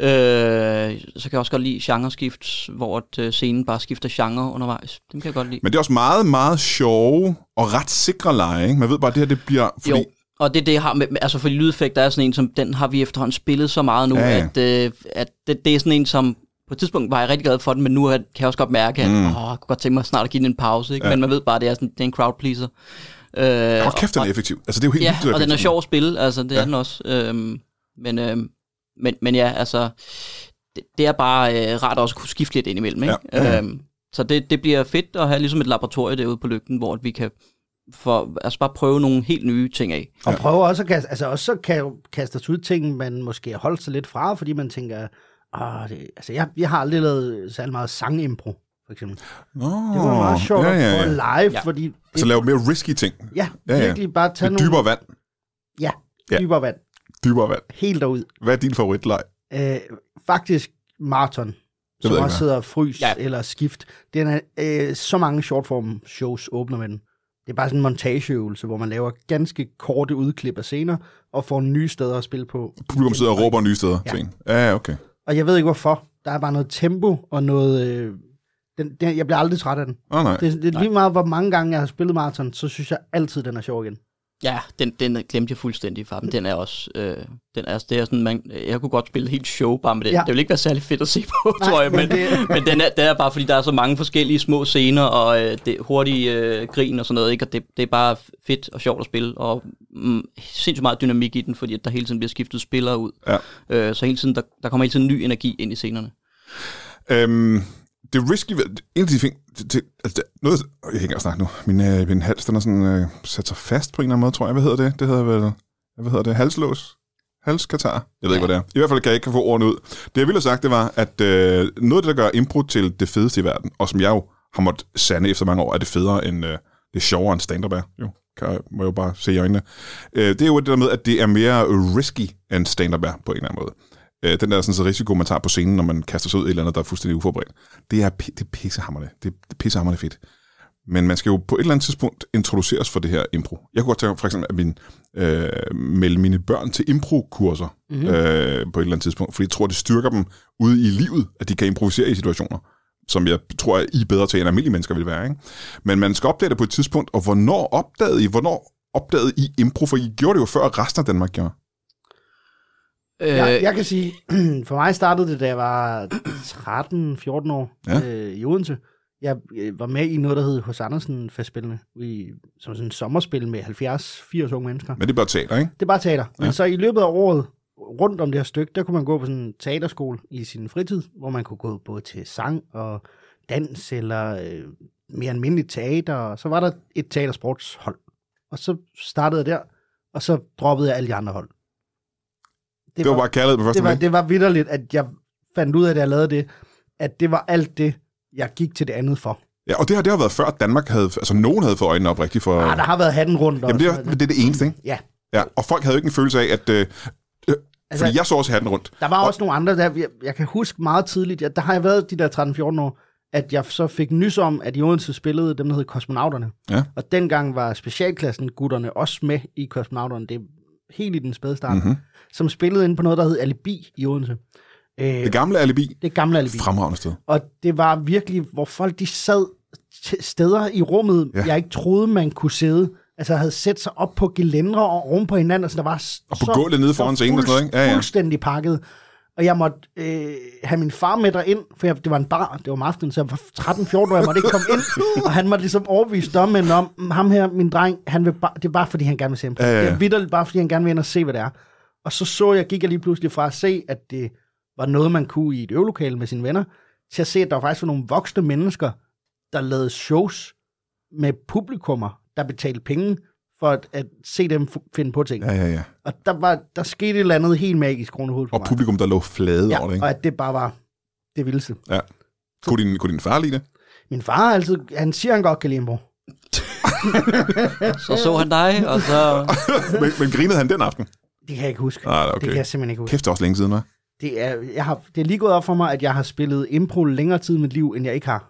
Speaker 3: Øh, så kan jeg også godt lide genreskift, hvor at, øh, scenen bare skifter genre undervejs. Dem kan jeg godt lide.
Speaker 1: Men det er også meget, meget sjove og ret sikre lege. Ikke? Man ved bare, at det her det bliver... Fordi,
Speaker 3: Jo, og det er det, jeg har med, med- altså for lydeffekter er sådan en, som den har vi efterhånden spillet så meget nu,
Speaker 1: Ja, ja.
Speaker 3: ja, ja. at, øh, at det, det er sådan en, som på et tidspunkt var jeg rigtig glad for den, men nu er, kan jeg også godt mærke, at
Speaker 1: Mm.
Speaker 3: mm. åh, jeg kunne godt tænke mig snart at give den en pause, ikke?
Speaker 1: Ja.
Speaker 3: Ja. men man ved bare, at det er, sådan, det er en crowd pleaser. Øh,
Speaker 1: Hold kæft, den er
Speaker 3: og,
Speaker 1: effektiv. Altså, det er jo helt
Speaker 3: Ja,
Speaker 1: vildt, at
Speaker 3: og den er
Speaker 1: effektiv.
Speaker 3: sjov at spille, altså det ja.
Speaker 1: Ja.
Speaker 3: er den også. Øhm, men, øhm, men, men ja, altså, det, det er bare øh, rart også at kunne skifte lidt indimellem, ikke?
Speaker 1: Ja, ja, ja.
Speaker 3: Øhm, så det, det bliver fedt at have ligesom et laboratorium derude på lygten, hvor at vi kan for, altså bare prøve nogle helt nye ting af.
Speaker 2: og prøver også at kaste, altså også så kan kaste os ud ting, man måske har holdt sig lidt fra, fordi man tænker, Åh, det, altså jeg, jeg har aldrig lavet særlig meget sangimpro, for eksempel.
Speaker 1: Nå,
Speaker 2: Det var meget sjovt
Speaker 1: ja, ja,
Speaker 2: at prøve
Speaker 1: ja.
Speaker 2: live,
Speaker 3: Ja.
Speaker 2: fordi
Speaker 1: Så
Speaker 2: det,
Speaker 1: lave mere risky ting.
Speaker 2: ja,
Speaker 1: Ja, ja.
Speaker 2: virkelig bare tage
Speaker 1: Med
Speaker 2: nogle
Speaker 1: dybere vand.
Speaker 2: ja,
Speaker 1: Ja.
Speaker 2: dybere vand,
Speaker 1: Dybere vand.
Speaker 2: helt derud.
Speaker 1: Hvad er din favoritleg?
Speaker 2: Øh, faktisk maraton,
Speaker 1: ved
Speaker 2: som
Speaker 1: jeg
Speaker 2: også
Speaker 1: ikke,
Speaker 2: hedder Frys ja.
Speaker 3: Ja.
Speaker 2: eller Skift. Den er øh, så mange shortform shows åbner med den. Det er bare sådan en montageøvelse, hvor man laver ganske korte udklip af scener, og får nye steder at spille på.
Speaker 1: Publikum sidder og råber nye steder ja.
Speaker 2: Ja.
Speaker 1: til en. Ja, ja, okay.
Speaker 2: Og jeg ved ikke hvorfor. Der er bare noget tempo og noget... Øh, den, den, jeg bliver aldrig træt af den.
Speaker 1: Åh, nej.
Speaker 2: Det, det er lige meget, hvor mange gange jeg har spillet maraton, så synes jeg altid, den er sjov igen.
Speaker 3: Ja, den, den glemte jeg fuldstændig fra, men den er også, øh, den er, det er sådan, man, jeg kunne godt spille et helt show bare med den.
Speaker 2: Ja.
Speaker 3: Ja. Det ville ikke være særlig fedt at se på,
Speaker 2: Nej,
Speaker 3: Nej, tror jeg,
Speaker 2: men
Speaker 3: men, men,
Speaker 1: øh,
Speaker 2: det-
Speaker 3: den, er, den er bare, fordi der er så mange forskellige små scener, og øh, det, hurtige øh, grin og sådan noget, ikke? og det, det er bare fedt og sjovt at spille, og mm, sindssygt meget dynamik i den, fordi at der hele tiden bliver skiftet spillere ud,
Speaker 1: Ja.
Speaker 3: øh, så hele tiden, der, der kommer hele tiden ny energi ind i scenerne.
Speaker 1: Øhm, det risky ved... En af de ting... Det, det, altså, det- noget, Åh, jeg hænger snart nu. Min, øh, min hals, den er sådan øh, sat sig fast på en eller anden måde, tror jeg. Hvad hedder det? Det hedder vel... Hvad hedder det? Halslås? Halskatar? Jeg ved ikke, hvad det er. I hvert fald kan jeg ikke få ordene ud. Det, jeg ville have sagt, det var, at øh, noget af det, der gør impro til det fedeste i verden, og som jeg jo har måttet sande efter mange år, er det federe end... Øh, det er sjovere end stand-up er. Jo, kan jeg, må jeg jo bare se i øjnene. Øh, det er jo det der med, at det er mere risky end stand-up er, på en eller anden måde. Øh, den der sådan, så risiko, man tager på scenen, når man kaster sig ud i et eller andet, der er fuldstændig uforberedt. Det er, pi- det er pissehammerende. Det, det er pissehammerende fedt. Men man skal jo på et eller andet tidspunkt introduceres for det her impro. Jeg kunne godt tænke mig for eksempel at min, øh, melde mine børn til impro-kurser
Speaker 2: Mm. Mhm.
Speaker 1: mm-hmm. øh, på et eller andet tidspunkt, fordi jeg tror, det styrker dem ude i livet, at de kan improvisere i situationer, som jeg tror, at I er bedre til, end almindelige mennesker vil være. Ikke? Men man skal opdage det på et tidspunkt, og hvornår opdagede I, hvornår opdagede I impro? For I gjorde det jo før resten af Danmark gjorde.
Speaker 3: Øh,
Speaker 2: Jeg, jeg kan sige, for mig startede det, da jeg var 13-14 år
Speaker 1: Ja.
Speaker 2: ja. øh, i Odense. Jeg øh, var med i noget, der hed Hos Andersen Festspillene, i, som sådan et sommerspil med 70-80 unge mennesker.
Speaker 1: Men det er bare teater, ikke?
Speaker 2: Det er bare teater. Men
Speaker 1: Ja.
Speaker 2: så i løbet af året, rundt om det her stykke, der kunne man gå på sådan en teaterskole i sin fritid, hvor man kunne gå både til sang og dans, eller øh, mere almindeligt teater. Og så var der et teatersportshold. Og så startede jeg der, og så droppede jeg alle de andre hold.
Speaker 1: Det var bare kærlighed på første
Speaker 2: det var,
Speaker 1: blik.
Speaker 2: det var vidderligt, at jeg fandt ud af, da jeg lavede det, at det var alt det, jeg gik til det andet for.
Speaker 1: Ja, og det har, det har været før, at Danmark havde... Altså, nogen havde fået øjnene op rigtigt for...
Speaker 2: Ah, der har været hatten rundt. og
Speaker 1: Jamen, det er,
Speaker 2: sådan noget.
Speaker 1: det er det eneste, ikke?
Speaker 2: Ja.
Speaker 1: Ja, og folk havde jo ikke en følelse af, at... Øh, øh,
Speaker 2: Altså-
Speaker 1: fordi jeg så også hatten rundt.
Speaker 2: Der var også nogle andre, der, jeg, jeg kan huske meget tidligt, jeg, der har jeg været de der 13-14 år, at jeg så fik nys om, at i Odense spillede dem, der hed Kosmonauterne.
Speaker 1: Ja.
Speaker 2: Og dengang var specialklassen gutterne også med i Kosmonauterne. Det er helt i den spæde start. Mm-hmm.
Speaker 1: Mm-hmm.
Speaker 2: Som spillede inde på noget, der hed Alibi i Odense. Øh,
Speaker 1: Det
Speaker 2: det,
Speaker 1: gamle alibi,
Speaker 2: det gamle Alibi.
Speaker 1: fremragende sted.
Speaker 2: Og det var virkelig, hvor folk de sad t- steder i rummet,
Speaker 1: Ja.
Speaker 2: ja. jeg ikke troede, man kunne sidde. Altså havde sat sig op på gelændre og oven på hinanden, og så der var s-
Speaker 1: Og på
Speaker 2: så,
Speaker 1: gulvet nede foran
Speaker 2: så
Speaker 1: scenen og sådan noget, ikke? Ja, ja.
Speaker 2: fuldstændig pakket. Og jeg måtte øh, have min far med derind, for jeg, det var en bar, det var om aftenen, så jeg var 13-14 år, jeg måtte ikke komme ind. Og han måtte ligesom overbevise dommen om, "Mm, ham her, min dreng, han vil bare, det er bare fordi, han gerne vil se ham.
Speaker 1: Ja, ja, ja.
Speaker 2: Det er vidderligt bare, fordi han gerne vil ind og se, hvad det er. Og så så jeg, gik jeg lige pludselig fra at se, at det var noget, man kunne i et øvelokale med sine venner, til at se, at der faktisk var nogle voksne mennesker, der lavede shows med publikummer, der betalte penge for at, at se dem f- finde på ting.
Speaker 1: Ja, ja, ja.
Speaker 2: Og der, var, der skete et eller andet helt magisk rundt i hovedet
Speaker 1: Og
Speaker 2: for mig.
Speaker 1: publikum, der lå flade ja, over det,
Speaker 2: ja,
Speaker 1: ikke?
Speaker 2: og at det bare var det vildeste.
Speaker 1: Ja. Kunne din, kunne din far lide det?
Speaker 2: Min far har altid, han siger, han godt kan lide Imbo.
Speaker 3: Så så han dig, og så...
Speaker 1: men, men grinede han den aften?
Speaker 2: Det kan jeg ikke huske.
Speaker 1: Ah, okay.
Speaker 2: Det kan jeg simpelthen ikke huske.
Speaker 1: Kæft, det er også længe siden, hva'?
Speaker 2: Det er, jeg har, det er lige gået op for mig, at jeg har spillet impro længere tid i mit liv, end jeg ikke har.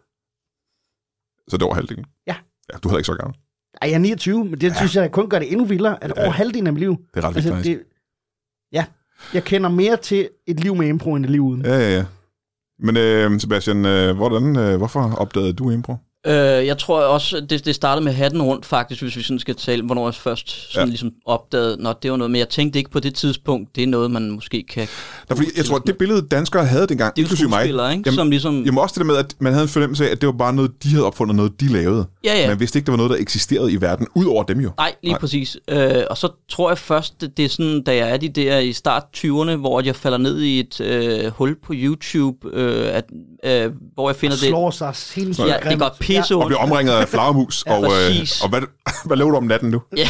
Speaker 1: Så det var halvdelen?
Speaker 2: Ja.
Speaker 1: Ja, du havde ikke så gammel.
Speaker 2: Ej, jeg er 29, men det ja. synes jeg kun gør det endnu vildere, at
Speaker 1: Ja.
Speaker 2: over halvdelen af mit liv.
Speaker 1: Det er ret vildt,
Speaker 2: Altså,
Speaker 1: faktisk.
Speaker 2: det, ja, jeg kender mere til et liv med impro, end et liv uden.
Speaker 1: Ja, ja, ja. Men øh, Sebastian, øh, hvordan, øh, hvorfor opdagede du impro?
Speaker 3: Øh, jeg tror også, det, det startede med hatten rundt faktisk, hvis vi sådan skal tale, hvornår jeg først sådan
Speaker 1: Ja.
Speaker 3: ja. ligesom opdagede, nå, det var noget, men jeg tænkte ikke på det tidspunkt, det er noget, man måske kan...
Speaker 1: Der, fordi, jeg tror, at det billede, danskere havde dengang,
Speaker 3: Det er jo
Speaker 1: inklusive mig,
Speaker 3: skuespillere, ikke?
Speaker 1: Jamen,
Speaker 3: Jamen, som ligesom...
Speaker 1: jamen også det der med, at man havde en fornemmelse af, at det var bare noget, de havde opfundet, noget de lavede.
Speaker 3: ja, ja.
Speaker 1: Man vidste ikke, der var noget, der eksisterede i verden, ud over dem jo.
Speaker 3: Nej, lige
Speaker 1: Nej.
Speaker 3: Nej. præcis. Øh, og så tror jeg først, det, det er sådan, da jeg er de der i start 20'erne, hvor jeg falder ned i et øh, hul på YouTube, øh, at, øh, hvor jeg finder
Speaker 2: Det slår sig sindssygt
Speaker 3: det. Ja, det
Speaker 2: grimt.
Speaker 3: går pisse
Speaker 1: Og blev omringet af flagermus. ja, og øh,
Speaker 3: præcis.
Speaker 1: og hvad, hvad laver du om natten nu?
Speaker 3: Ja.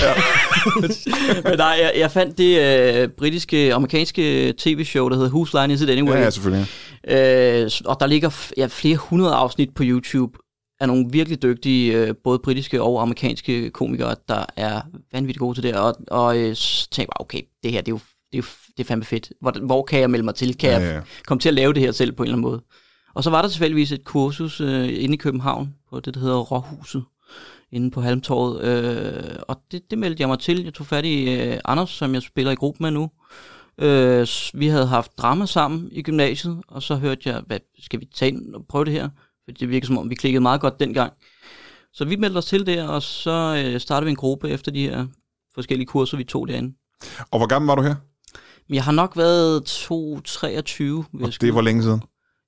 Speaker 3: Men nej, jeg, jeg fandt det øh, britiske, amerikanske tv-show, der hedder Whose Line Is It Anyway?
Speaker 1: Ja, ja selvfølgelig.
Speaker 3: Øh, og der ligger f- ja, flere hundrede afsnit på YouTube af nogle virkelig dygtige, øh, både britiske og amerikanske komikere, der er vanvittigt gode til det. Og, og øh, så tænkte jeg bare, okay, det her, det er jo det er, jo f- det er fandme fedt. Hvor, hvor kan jeg melde mig til? Kan
Speaker 1: Ja,
Speaker 3: ja,
Speaker 1: ja.
Speaker 3: jeg f- komme til at lave det her selv på en eller anden måde? Og så var der tilfældigvis et kursus øh, inde i København på det, der hedder Råhuset inde på Halmtorvet. Øh, og det, det meldte jeg mig til. Jeg tog fat i øh, Anders, som jeg spiller i gruppe med nu. Øh, s- vi havde haft drama sammen i gymnasiet, og så hørte jeg, hvad skal vi tage ind og prøve det her? For det virker som om, vi klikkede meget godt dengang. Så vi meldte os til der, og så øh, startede vi en gruppe efter de her forskellige kurser, vi tog derinde.
Speaker 1: Og hvor gammel var du her?
Speaker 3: Men jeg har nok været 2-23, vil jeg
Speaker 1: Det
Speaker 3: skyde.
Speaker 1: var længe siden.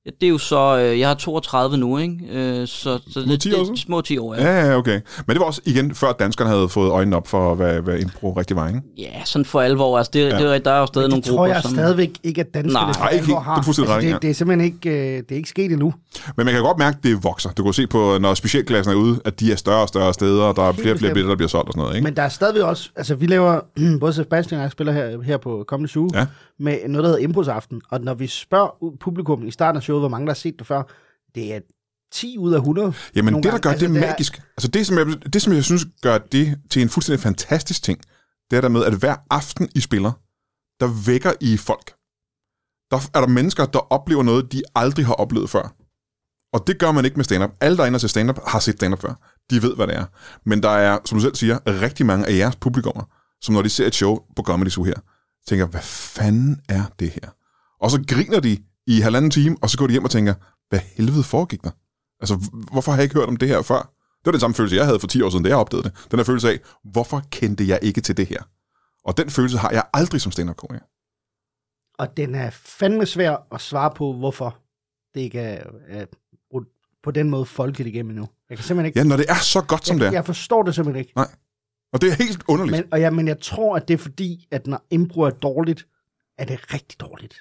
Speaker 3: Ja, det er jo så, øh, jeg har 32 nu, ikke? Øh, så, så
Speaker 1: Små 10 år
Speaker 3: det,
Speaker 1: siden?
Speaker 3: det, små 10 år, ja.
Speaker 1: Ja, ja, okay. Men det var også igen, før danskerne havde fået øjnene op for, hvad, hvad impro rigtig var, ikke?
Speaker 3: Ja, sådan for alvor. Altså, det, ja. det, er- der er jo stadig
Speaker 2: Det
Speaker 3: nogle
Speaker 2: tror
Speaker 3: grupper,
Speaker 2: jeg
Speaker 3: som...
Speaker 2: stadigvæk ikke, at danskerne
Speaker 3: Nej,
Speaker 2: for
Speaker 1: nej, ikke
Speaker 2: alvor
Speaker 1: helt. Det er fuldstændig
Speaker 2: altså,
Speaker 1: ret,
Speaker 2: det, det, er simpelthen ikke, øh, det er ikke sket endnu.
Speaker 1: Men man kan godt mærke, at det vokser. Du kan se på, når specialklassen er ude, at de er større og større steder, og der er flere og flere
Speaker 2: bestemt.
Speaker 1: billetter, der bliver solgt og sådan noget, ikke?
Speaker 2: Men der er stadigvæk også, altså vi laver, både Sebastian og jeg spiller her, her på kommende uge,
Speaker 1: Ja.
Speaker 2: med noget, der hedder Impulsaften. Og når vi spørger u- publikum i starten af showet, hvor mange der har set det før, det er 10 ud af 100.
Speaker 1: Jamen
Speaker 2: nogle
Speaker 1: det, der
Speaker 2: gange.
Speaker 1: gør altså, det,
Speaker 2: er-
Speaker 1: magisk, altså det som, jeg, det, som jeg synes gør det til en fuldstændig fantastisk ting, det er der med, at hver aften I spiller, der vækker I folk. Der er der mennesker, der oplever noget, de aldrig har oplevet før. Og det gør man ikke med stand-up. Alle, der er inde og ser stand-up, har set stand-up før. De ved, hvad det er. Men der er, som du selv siger, rigtig mange af jeres publikummer, som når de ser et show på Comedy Zoo her, tænker, hvad fanden er det her? Og så griner de i halvanden time, og så går de hjem og tænker, hvad helvede foregik der? Altså, h- hvorfor har jeg ikke hørt om det her før? Det var den samme følelse, jeg havde for 10 år siden, da jeg opdagede det. Den her følelse af, hvorfor kendte jeg ikke til det her? Og den følelse har jeg aldrig som stand up komiker.
Speaker 2: Og den er fandme svær at svare på, hvorfor det ikke er, er brudt på den måde folket igennem endnu. Jeg kan simpelthen ikke...
Speaker 1: Ja, når det er så godt, som det
Speaker 2: jeg,
Speaker 1: er.
Speaker 2: jeg forstår det simpelthen ikke.
Speaker 1: Og det er helt underligt.
Speaker 2: Men, og ja, men jeg tror, at det er fordi, at når impro er dårligt, er det rigtig dårligt.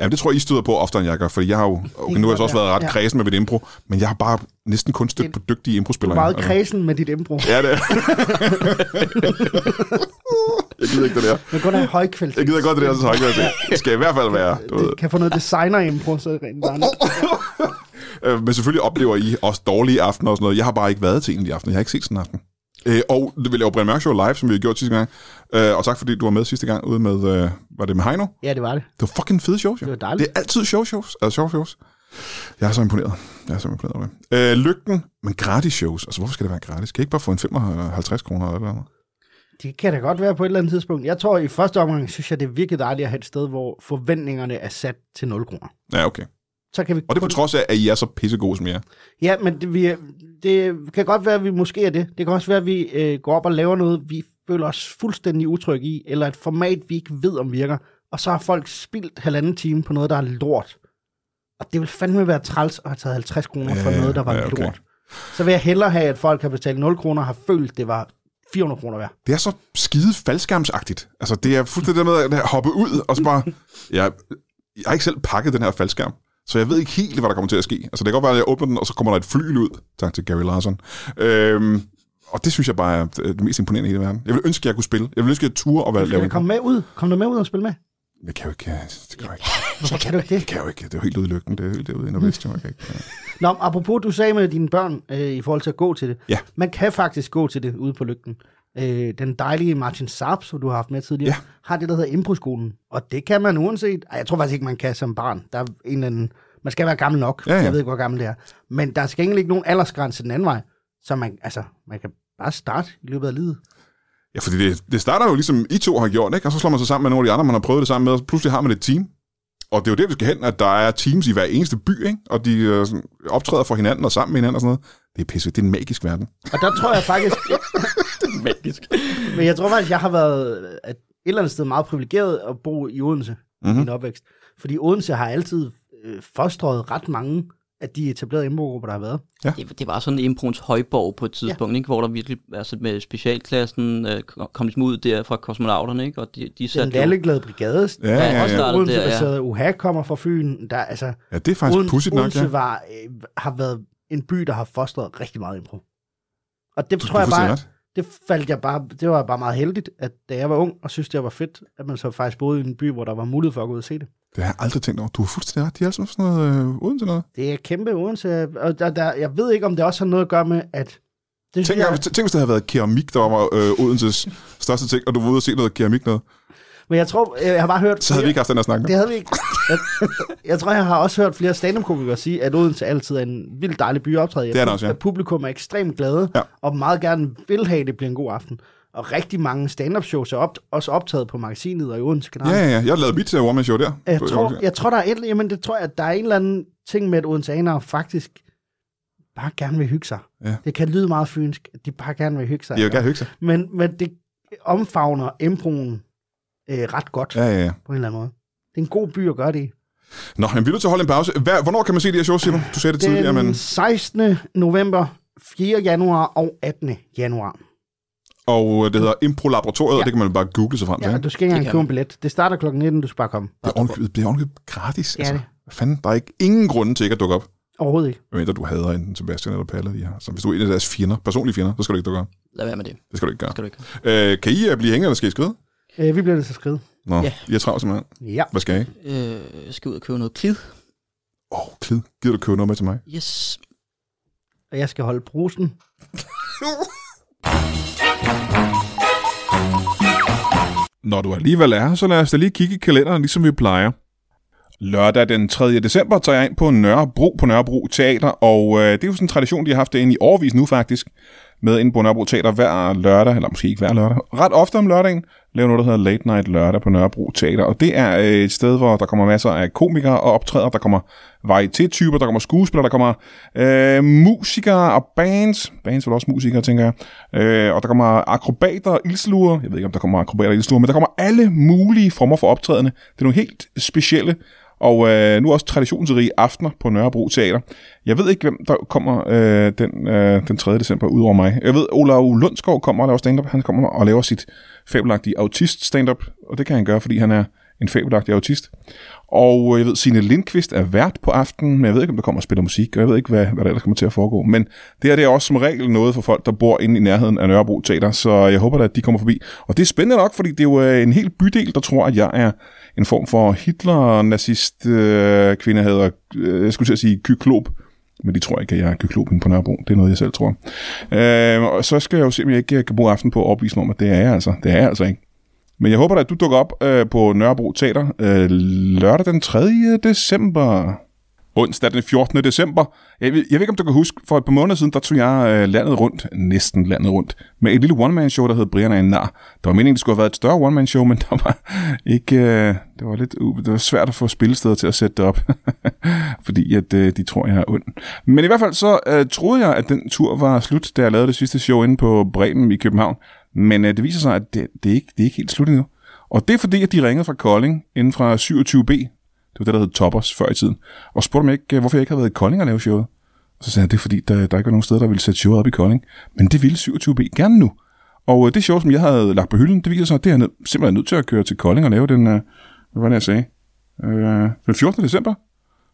Speaker 1: Ja, det tror jeg, I støder på oftere, end jeg gør, fordi jeg har jo, okay,
Speaker 2: kan
Speaker 1: nu har jeg
Speaker 2: godt
Speaker 1: så også været
Speaker 2: være.
Speaker 1: ret
Speaker 2: Ja.
Speaker 1: kredsen med mit impro, men jeg har bare næsten kun stødt
Speaker 2: Det-
Speaker 1: på dygtige
Speaker 2: Du er
Speaker 1: improspillere.
Speaker 2: meget
Speaker 1: Altså,
Speaker 2: kredsen med dit impro.
Speaker 1: Ja, det er. jeg gider ikke det der.
Speaker 2: Men kun af høj kvalitet.
Speaker 1: Jeg gider godt det der, så har jeg ikke været til. Det skal i hvert fald være, du ved.
Speaker 2: det kan få noget designer-impro, så er det rent barnet.
Speaker 1: Øh, Men selvfølgelig oplever I også dårlige aftener og sådan noget. Jeg har bare ikke været til en af de aftener. Jeg har ikke set sådan en aften. Øh, og det vil lave Brian Mørk Show live, som vi har gjort sidste gang. Øh, og tak fordi du var med sidste gang ude med, øh, var det med Heino?
Speaker 2: Ja, det var det.
Speaker 1: Det var fucking fede shows, jo.
Speaker 2: Det var dejligt.
Speaker 1: Det er altid show shows. Altså show shows. Jeg er så imponeret. Jeg er så imponeret over det. Øh, lygten, men gratis shows. Altså, hvorfor skal det være gratis? Kan I ikke bare få en 55 kroner eller noget?
Speaker 2: Det kan da godt være på et eller andet tidspunkt. Jeg tror, i første omgang, synes jeg, det er virkelig dejligt at have et sted, hvor forventningerne er sat til 0 kroner.
Speaker 1: Ja, okay.
Speaker 2: Så kan vi
Speaker 1: Og det er
Speaker 2: kun-
Speaker 1: på trods af, at I er så pissegode, som I er.
Speaker 2: Ja, men det, vi, er- det kan godt være, at vi måske er det. Det kan også være, at vi øh, går op og laver noget, vi føler os fuldstændig utrygge i, eller et format, vi ikke ved, om virker. Og så har folk spildt halvanden time på noget, der er lort. Og det vil fandme være træls at have taget 50 kroner for
Speaker 1: Ja,
Speaker 2: noget, der var
Speaker 1: ja, okay.
Speaker 2: lort. Så vil jeg hellere have, at folk har betalt 0 kroner og har følt, det var 400 kroner værd.
Speaker 1: Det er så skide faldskærmsagtigt. Altså, det er fuldstændig det med at hoppe ud, og så bare... Jeg, jeg har ikke selv pakket den her faldskærm, så jeg ved ikke helt, hvad der kommer til at ske. Altså, det kan godt være, at jeg åbner den, og så kommer der et flyl ud. Tak til Gary Larson. Øhm, og det synes jeg bare er det mest imponerende i hele verden. Jeg vil ønske, at jeg kunne spille. Jeg vil ønske, at jeg turde og være
Speaker 2: Kan
Speaker 1: lave
Speaker 2: jeg komme med ud? Kom du med ud og spille med?
Speaker 1: Jeg kan jo ikke... Det kan jeg ikke.
Speaker 2: Hvorfor kan du ikke
Speaker 1: Det
Speaker 2: det?
Speaker 1: kan jeg jo ikke. Det er jo helt ude i lygten. Det er jo helt ude i Nordvest. Jeg kan ikke.
Speaker 2: Nå, men apropos, du sagde med dine børn øh, i forhold til at gå til det.
Speaker 1: Ja.
Speaker 2: Man kan faktisk gå til det ude på lygten. Øh, den dejlige Martin Saab, som du har haft med tidligere,
Speaker 1: Ja.
Speaker 2: har det, der hedder Improskolen. Og det kan man uanset... Ej, jeg tror faktisk ikke, man kan som barn. Der er en eller anden... Man skal være gammel nok.
Speaker 1: Ja, ja.
Speaker 2: Jeg ved ikke, hvor gammel det er. Men der skal egentlig ikke nogen aldersgrænse den anden vej. Så man, altså, man kan bare starte i løbet af livet.
Speaker 1: Ja, fordi det, det starter jo ligesom I to har gjort, ikke? Og så slår man sig sammen med nogle af de andre, man har prøvet det sammen med, og så pludselig har man et team. Og det er jo det, vi skal hen, at der er teams i hver eneste by, ikke? Og de øh, sådan, optræder for hinanden og sammen med hinanden og sådan noget. Det er pisse, det er en magisk verden.
Speaker 2: Og der tror jeg faktisk...
Speaker 3: Magisk.
Speaker 2: Men jeg tror faktisk, jeg har været at et eller andet sted meget privilegeret at bo i Odense
Speaker 1: Mhm.
Speaker 2: mm-hmm. i
Speaker 1: Mm.
Speaker 2: min opvækst. Fordi Odense har altid øh, fostret ret mange af de etablerede improgrupper, der har været.
Speaker 3: Det, det var sådan improens højborg på et tidspunkt, ja. ikke? hvor der virkelig, altså med specialklassen, øh, kom- kom ligesom ud der fra kosmonauterne, ikke? og de, de
Speaker 2: Den
Speaker 3: satte jo,
Speaker 2: lalleglade brigade,
Speaker 1: Ja, ja, ja.
Speaker 3: også der- startede
Speaker 2: Odense,
Speaker 3: der, ja.
Speaker 2: der sad UHA kommer fra Fyn. Der, altså,
Speaker 1: Ja, det er faktisk Uden, pudsigt nok,
Speaker 2: Odense
Speaker 1: ja.
Speaker 2: var, øh, har været en by, der har fostret rigtig meget impro. Og det
Speaker 1: Du- du
Speaker 2: tror jeg
Speaker 1: fuldstændig
Speaker 2: bare,
Speaker 1: ret.
Speaker 2: det faldt jeg bare, det var bare meget heldigt, at da jeg var ung og synes det var fedt, at man så faktisk boede i en by, hvor der var mulighed for at gå ud og se det.
Speaker 1: Det har jeg aldrig tænkt over. Du har fuldstændig ret. De er altså sådan noget øh, uden til noget.
Speaker 2: Det er kæmpe Odense, og der, der, jeg ved ikke, om det også har noget at gøre med, at... Det,
Speaker 1: Tænk,
Speaker 2: synes jeg,
Speaker 1: jeg... tænk, hvis det havde været keramik, der var øh, Odenses største ting, og du var ude og se noget keramik noget.
Speaker 2: men jeg tror, jeg har bare hørt...
Speaker 1: Så havde vi ikke haft den her snak. nu.
Speaker 2: Det havde vi ikke. Jeg, jeg tror, jeg har også hørt flere stand-up-komikere sige, at Odense altid er en vildt dejlig by at optræde. i.
Speaker 1: Det er den også, ja.
Speaker 2: At publikum er ekstremt glade,
Speaker 1: Ja.
Speaker 2: og meget gerne vil have, at det bliver en god aften. Og rigtig mange stand-up-shows er op, også optaget på magasinet og i Odense Kanal.
Speaker 1: Ja, ja, ja. Jeg lavede mit uh, one show der.
Speaker 2: Jeg
Speaker 1: På-
Speaker 2: tror, jeg tror, der er et, jamen det tror jeg, at der er en eller anden ting med, at Odenseanere faktisk bare gerne vil hygge sig.
Speaker 1: Ja.
Speaker 2: Det kan lyde meget fynsk, at de bare gerne vil hygge sig.
Speaker 1: Jeg vil gerne hygge sig.
Speaker 2: Men, men det omfavner improen øh, ret godt, ja.
Speaker 1: Ja, ja, ja.
Speaker 2: på en eller anden måde. Det er en god by at gøre det i.
Speaker 1: Nå, men vi er nødt til at holde en pause. Hvad, hvornår kan man se det her show, Simon? Du sagde det tidligere,
Speaker 2: Den
Speaker 1: men...
Speaker 2: 16. november, 4. januar og 18. januar.
Speaker 1: Og øh, det hedder Impro Laboratoriet, ja. og det kan man bare google sig frem til.
Speaker 2: Ja,
Speaker 1: Ja,
Speaker 2: og du skal ikke engang
Speaker 3: kan
Speaker 2: købe en billet. Det starter klokken 19, du skal bare komme.
Speaker 1: det er ovenikøbet, det er ovenikøbet gratis.
Speaker 2: Ja,
Speaker 1: altså.
Speaker 2: det.
Speaker 1: Hvad Fanden, der er ikke ingen grunde til ikke at dukke op.
Speaker 2: Overhovedet ikke.
Speaker 1: Hvad du hader enten Sebastian eller Palle, de har. Så hvis du er en af deres fjender, personlige fjender, så skal du ikke dukke op.
Speaker 3: Lad være med det.
Speaker 1: Det skal du ikke gøre.
Speaker 3: Skal du ikke.
Speaker 1: Øh, kan I øh, blive hængende, eller skal I skride?
Speaker 2: Øh, vi bliver nødt til at skride.
Speaker 1: Nå,
Speaker 3: Ja.
Speaker 1: ja. I er travlt simpelthen.
Speaker 2: Ja.
Speaker 1: Hvad skal I?
Speaker 3: Øh, jeg skal ud og købe noget klid.
Speaker 1: Åh, oh, Klid, gider du købe noget med til mig?
Speaker 3: Yes.
Speaker 2: Og jeg skal holde brusen.
Speaker 1: Når du alligevel er her, så lad os da lige kigge i kalenderen, ligesom vi plejer. Lørdag den 3. december tager jeg ind på Nørrebro på Nørrebro Teater, og øh, det er jo sådan en tradition, de har haft det inde i årvis nu faktisk, med inde på Nørrebro Teater hver lørdag, eller måske ikke hver lørdag, ret ofte om lørdagen, laver noget, der hedder Late Night Lørdag på Nørrebro Teater, og det er øh, et sted, hvor der kommer masser af komikere og optræder, der kommer varieté-typer, der kommer skuespillere, der kommer øh, musikere og bands, bands er vel også musikere, tænker jeg, øh, og der kommer akrobater og ildsluer, jeg ved ikke, om der kommer akrobater og ildsluer, men der kommer alle mulige former for optrædende, det er nogle helt specielle, og øh, nu også traditionsrige aftener på Nørrebro Teater. Jeg ved ikke, hvem der kommer øh, den, øh, den 3. december ud over mig. Jeg ved, Olav Lundskov kommer og laver stand-up. Han kommer og laver sit fabelagtige autist-stand-up, og det kan han gøre, fordi han er en fabelagtig autist. Og øh, jeg ved, Signe Lindqvist er vært på aftenen, men jeg ved ikke, om der kommer og spiller musik, og jeg ved ikke, hvad, hvad der ellers kommer til at foregå. Men det her det er også som regel noget for folk, der bor inde i nærheden af Nørrebro Teater, så jeg håber da, at de kommer forbi. Og det er spændende nok, fordi det er jo øh, en hel bydel, der tror, at jeg er en form for Hitler-nazist øh, kvinde, hedder, øh, jeg skulle til at sige kyklop, men de tror ikke, at jeg er kyklop inde på Nørrebro. Det er noget, jeg selv tror. Øh, og så skal jeg jo se, om jeg ikke kan bruge aften på at opvise mig om, at det er jeg altså. Det er jeg altså ikke. Men jeg håber da, at du dukker op øh, på Nørrebro Teater øh, lørdag den 3. december. Onsdag den 14. december. Jeg ved, jeg ved ikke, om du kan huske, for et par måneder siden, der tog jeg øh, landet rundt, næsten landet rundt, med et lille one-man-show, der hed Brian er en nar. Der var meningen, det skulle have været et større one-man-show, men der var ikke, øh, det var lidt uh, det var svært at få spillesteder til at sætte det op, fordi at, øh, de tror, jeg er ond. Men i hvert fald så øh, troede jeg, at den tur var slut, da jeg lavede det sidste show inde på Bremen i København. Men øh, det viser sig, at det, det, er ikke, det er ikke helt slut endnu. Og det er fordi, at de ringede fra Kolding inden fra 27B. Det var det, der hed Toppers før i tiden. Og spurgte mig ikke, øh, hvorfor jeg ikke havde været i Kolding og lave showet. Og så sagde jeg, det er fordi, der, der ikke var nogen steder, der ville sætte showet op i Kolding. Men det ville 27B gerne nu. Og øh, det show, som jeg havde lagt på hylden, det viser sig, at det er jeg nød, simpelthen nødt til at køre til Kolding og lave den, øh, hvad var det, jeg sagde? Øh, den 14. december.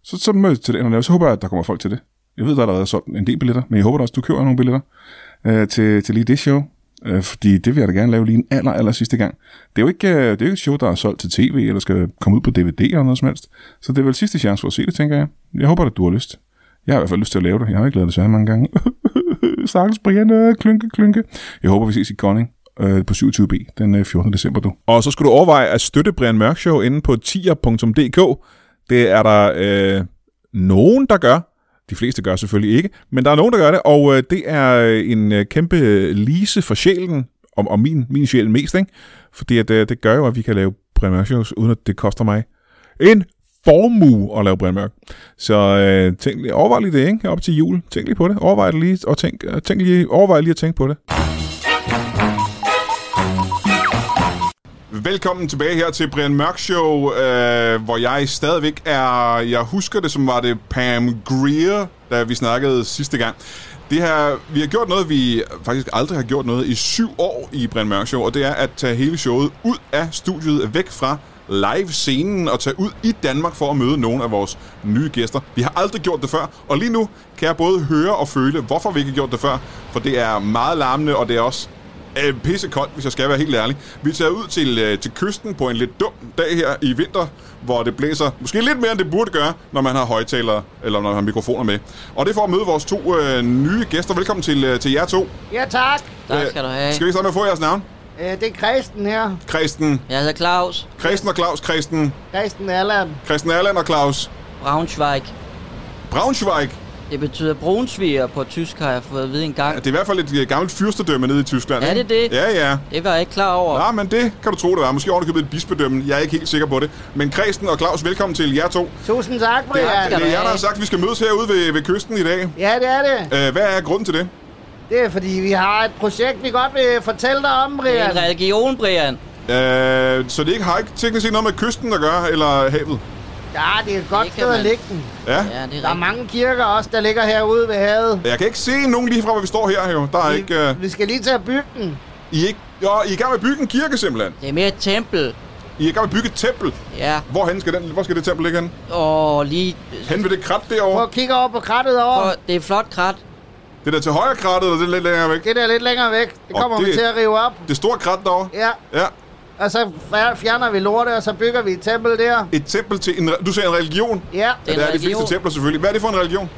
Speaker 1: Så, så mødes til den og lave. Så håber jeg, at der kommer folk til det. Jeg ved, der er allerede solgt en del billetter, men jeg håber da også, du køber nogle billetter øh, til, til lige det show. Øh, fordi det vil jeg da gerne lave lige en aller, aller sidste gang. Det er jo ikke, øh, det er jo ikke et show, der er solgt til tv, eller skal komme ud på DVD eller noget som helst. Så det er vel sidste chance for at se det, tænker jeg. Jeg håber, at du har lyst. Jeg har i hvert fald lyst til at lave det. Jeg har ikke lavet det så mange gange. Stakkels Brian, øh, klynke, klynke. Jeg håber, vi ses i Kolding øh, på 27B den øh, 14. december. Du. Og så skal du overveje at støtte Brian Mørk Show inde på tier.dk. Det er der øh, nogen, der gør. De fleste gør selvfølgelig ikke, men der er nogen, der gør det, og øh, det er øh, en øh, kæmpe lise for sjælen, og, og min, min sjæl mest, ikke? Fordi at, øh, det gør jo, at vi kan lave Brian Mørk shows, uden at det koster mig en formue at lave Brian Mørk. Så øh, tænk, lige- overvej lige det, ikke? Op til jul. Tænk lige på det. Overvej det lige, og tænk, øh, tænk lige, overvej lige at tænke på det. Velkommen tilbage her til Brian Mørk Show, øh, hvor jeg stadigvæk er... Jeg husker det, som var det Pam Greer, da vi snakkede sidste gang. Det her, vi har gjort noget, vi faktisk aldrig har gjort noget i syv år i Brian Mørk Show, og det er at tage hele showet ud af studiet, væk fra live-scenen og tage ud i Danmark for at møde nogle af vores nye gæster. Vi har aldrig gjort det før, og lige nu kan jeg både høre og føle, hvorfor vi ikke har gjort det før, for det er meget larmende, og det er også øh, pissekoldt, hvis jeg skal være helt ærlig. Vi tager ud til, øh, til kysten på en lidt dum dag her i vinter, hvor det blæser måske lidt mere, end det burde gøre, når man har højtalere eller når man har mikrofoner med. Og det er for at møde vores to øh, nye gæster. Velkommen til, øh, til jer to.
Speaker 2: Ja, tak.
Speaker 3: Tak skal du have.
Speaker 1: Skal vi starte med at få jeres navn?
Speaker 2: Øh, det er Kristen her.
Speaker 1: Kristen.
Speaker 3: Jeg hedder Claus
Speaker 1: Kristen og Claus. Kristen.
Speaker 2: Kristen Allan.
Speaker 1: Kristen Erland og Claus.
Speaker 3: Braunschweig.
Speaker 1: Braunschweig.
Speaker 3: Det betyder brunsviger på tysk, har jeg fået at vide engang.
Speaker 1: Det er i hvert fald et øh, gammelt fyrstedømme nede i Tyskland.
Speaker 3: Er
Speaker 1: ikke?
Speaker 3: det det?
Speaker 1: Ja, ja.
Speaker 3: Det var jeg ikke klar over.
Speaker 1: Ja, men det kan du tro, det var. Måske ovenikøbet et bispedømme. Jeg er ikke helt sikker på det. Men Kristen og Claus, velkommen til jer to.
Speaker 2: Tusind tak,
Speaker 1: Det er,
Speaker 2: Brian.
Speaker 1: det
Speaker 3: skal
Speaker 1: er
Speaker 3: du
Speaker 1: jer, der har
Speaker 3: have.
Speaker 1: sagt, at vi skal mødes herude ved, ved kysten i dag.
Speaker 2: Ja, det er det.
Speaker 1: Øh, hvad er grunden til det?
Speaker 2: Det er, fordi vi har et projekt, vi godt vil fortælle dig om,
Speaker 3: Det er
Speaker 2: Brian.
Speaker 3: en religion, Brian.
Speaker 1: Øh, så det ikke har ikke teknisk set noget med kysten at gøre, eller havet?
Speaker 2: Ja, det er et godt
Speaker 3: Det kan
Speaker 2: sted at
Speaker 3: man.
Speaker 2: lægge den.
Speaker 1: Ja.
Speaker 3: Ja, det er
Speaker 2: Der er
Speaker 3: rigtigt.
Speaker 2: mange kirker også, der ligger herude ved havet.
Speaker 1: Jeg kan ikke se nogen lige fra, hvor vi står her, jo. Der er
Speaker 2: Vi,
Speaker 1: ikke... Uh,
Speaker 2: vi skal lige til at bygge den.
Speaker 1: I, er ikke jo, I er i gang med at bygge en kirke, simpelthen.
Speaker 3: Det er mere et tempel.
Speaker 1: I er i gang med at bygge et tempel.
Speaker 3: Ja,
Speaker 1: Hvorhen skal, den, hvor skal det tempel ligge hen?
Speaker 3: og lige...
Speaker 1: Hen ved det krat
Speaker 2: Prøv
Speaker 1: derovre?
Speaker 2: at kigge over på krattet over.
Speaker 3: Og det er et flot krat.
Speaker 1: Det der til højre krattet, og det er lidt længere væk.
Speaker 2: Det der er lidt længere væk. Det
Speaker 1: Og
Speaker 2: kommer vi
Speaker 1: det-
Speaker 2: til at rive op.
Speaker 1: Det store krat derovre?
Speaker 2: Ja,
Speaker 1: Ja.
Speaker 2: og så fjer- fjerner vi lortet, og så bygger vi et tempel der.
Speaker 1: Et tempel til en... re- Du sagde en religion.
Speaker 2: Ja,
Speaker 1: Ja,
Speaker 3: Det
Speaker 1: det
Speaker 3: er en
Speaker 1: er de fleste
Speaker 3: religion.
Speaker 1: templer selvfølgelig. Hvad er det for en religion?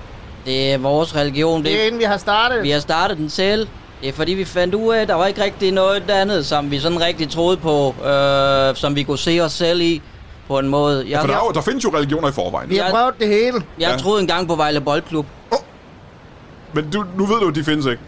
Speaker 3: Det er vores religion.
Speaker 2: det er
Speaker 3: Det,
Speaker 2: inden vi har startet.
Speaker 3: vi har startet den selv. Det er fordi, vi fandt ud af, at der var ikke rigtig noget andet, som vi sådan rigtig troede på, øh, som vi kunne se os selv i, på en måde. Jeg,
Speaker 1: For der,
Speaker 3: jeg,
Speaker 1: er jo, der findes jo religioner i forvejen.
Speaker 2: Vi har
Speaker 3: Jeg-
Speaker 2: prøvet det hele.
Speaker 1: Ja.
Speaker 3: jeg troede engang på Vejle Boldklub.
Speaker 1: Men du, nu ved du, at de findes ikke.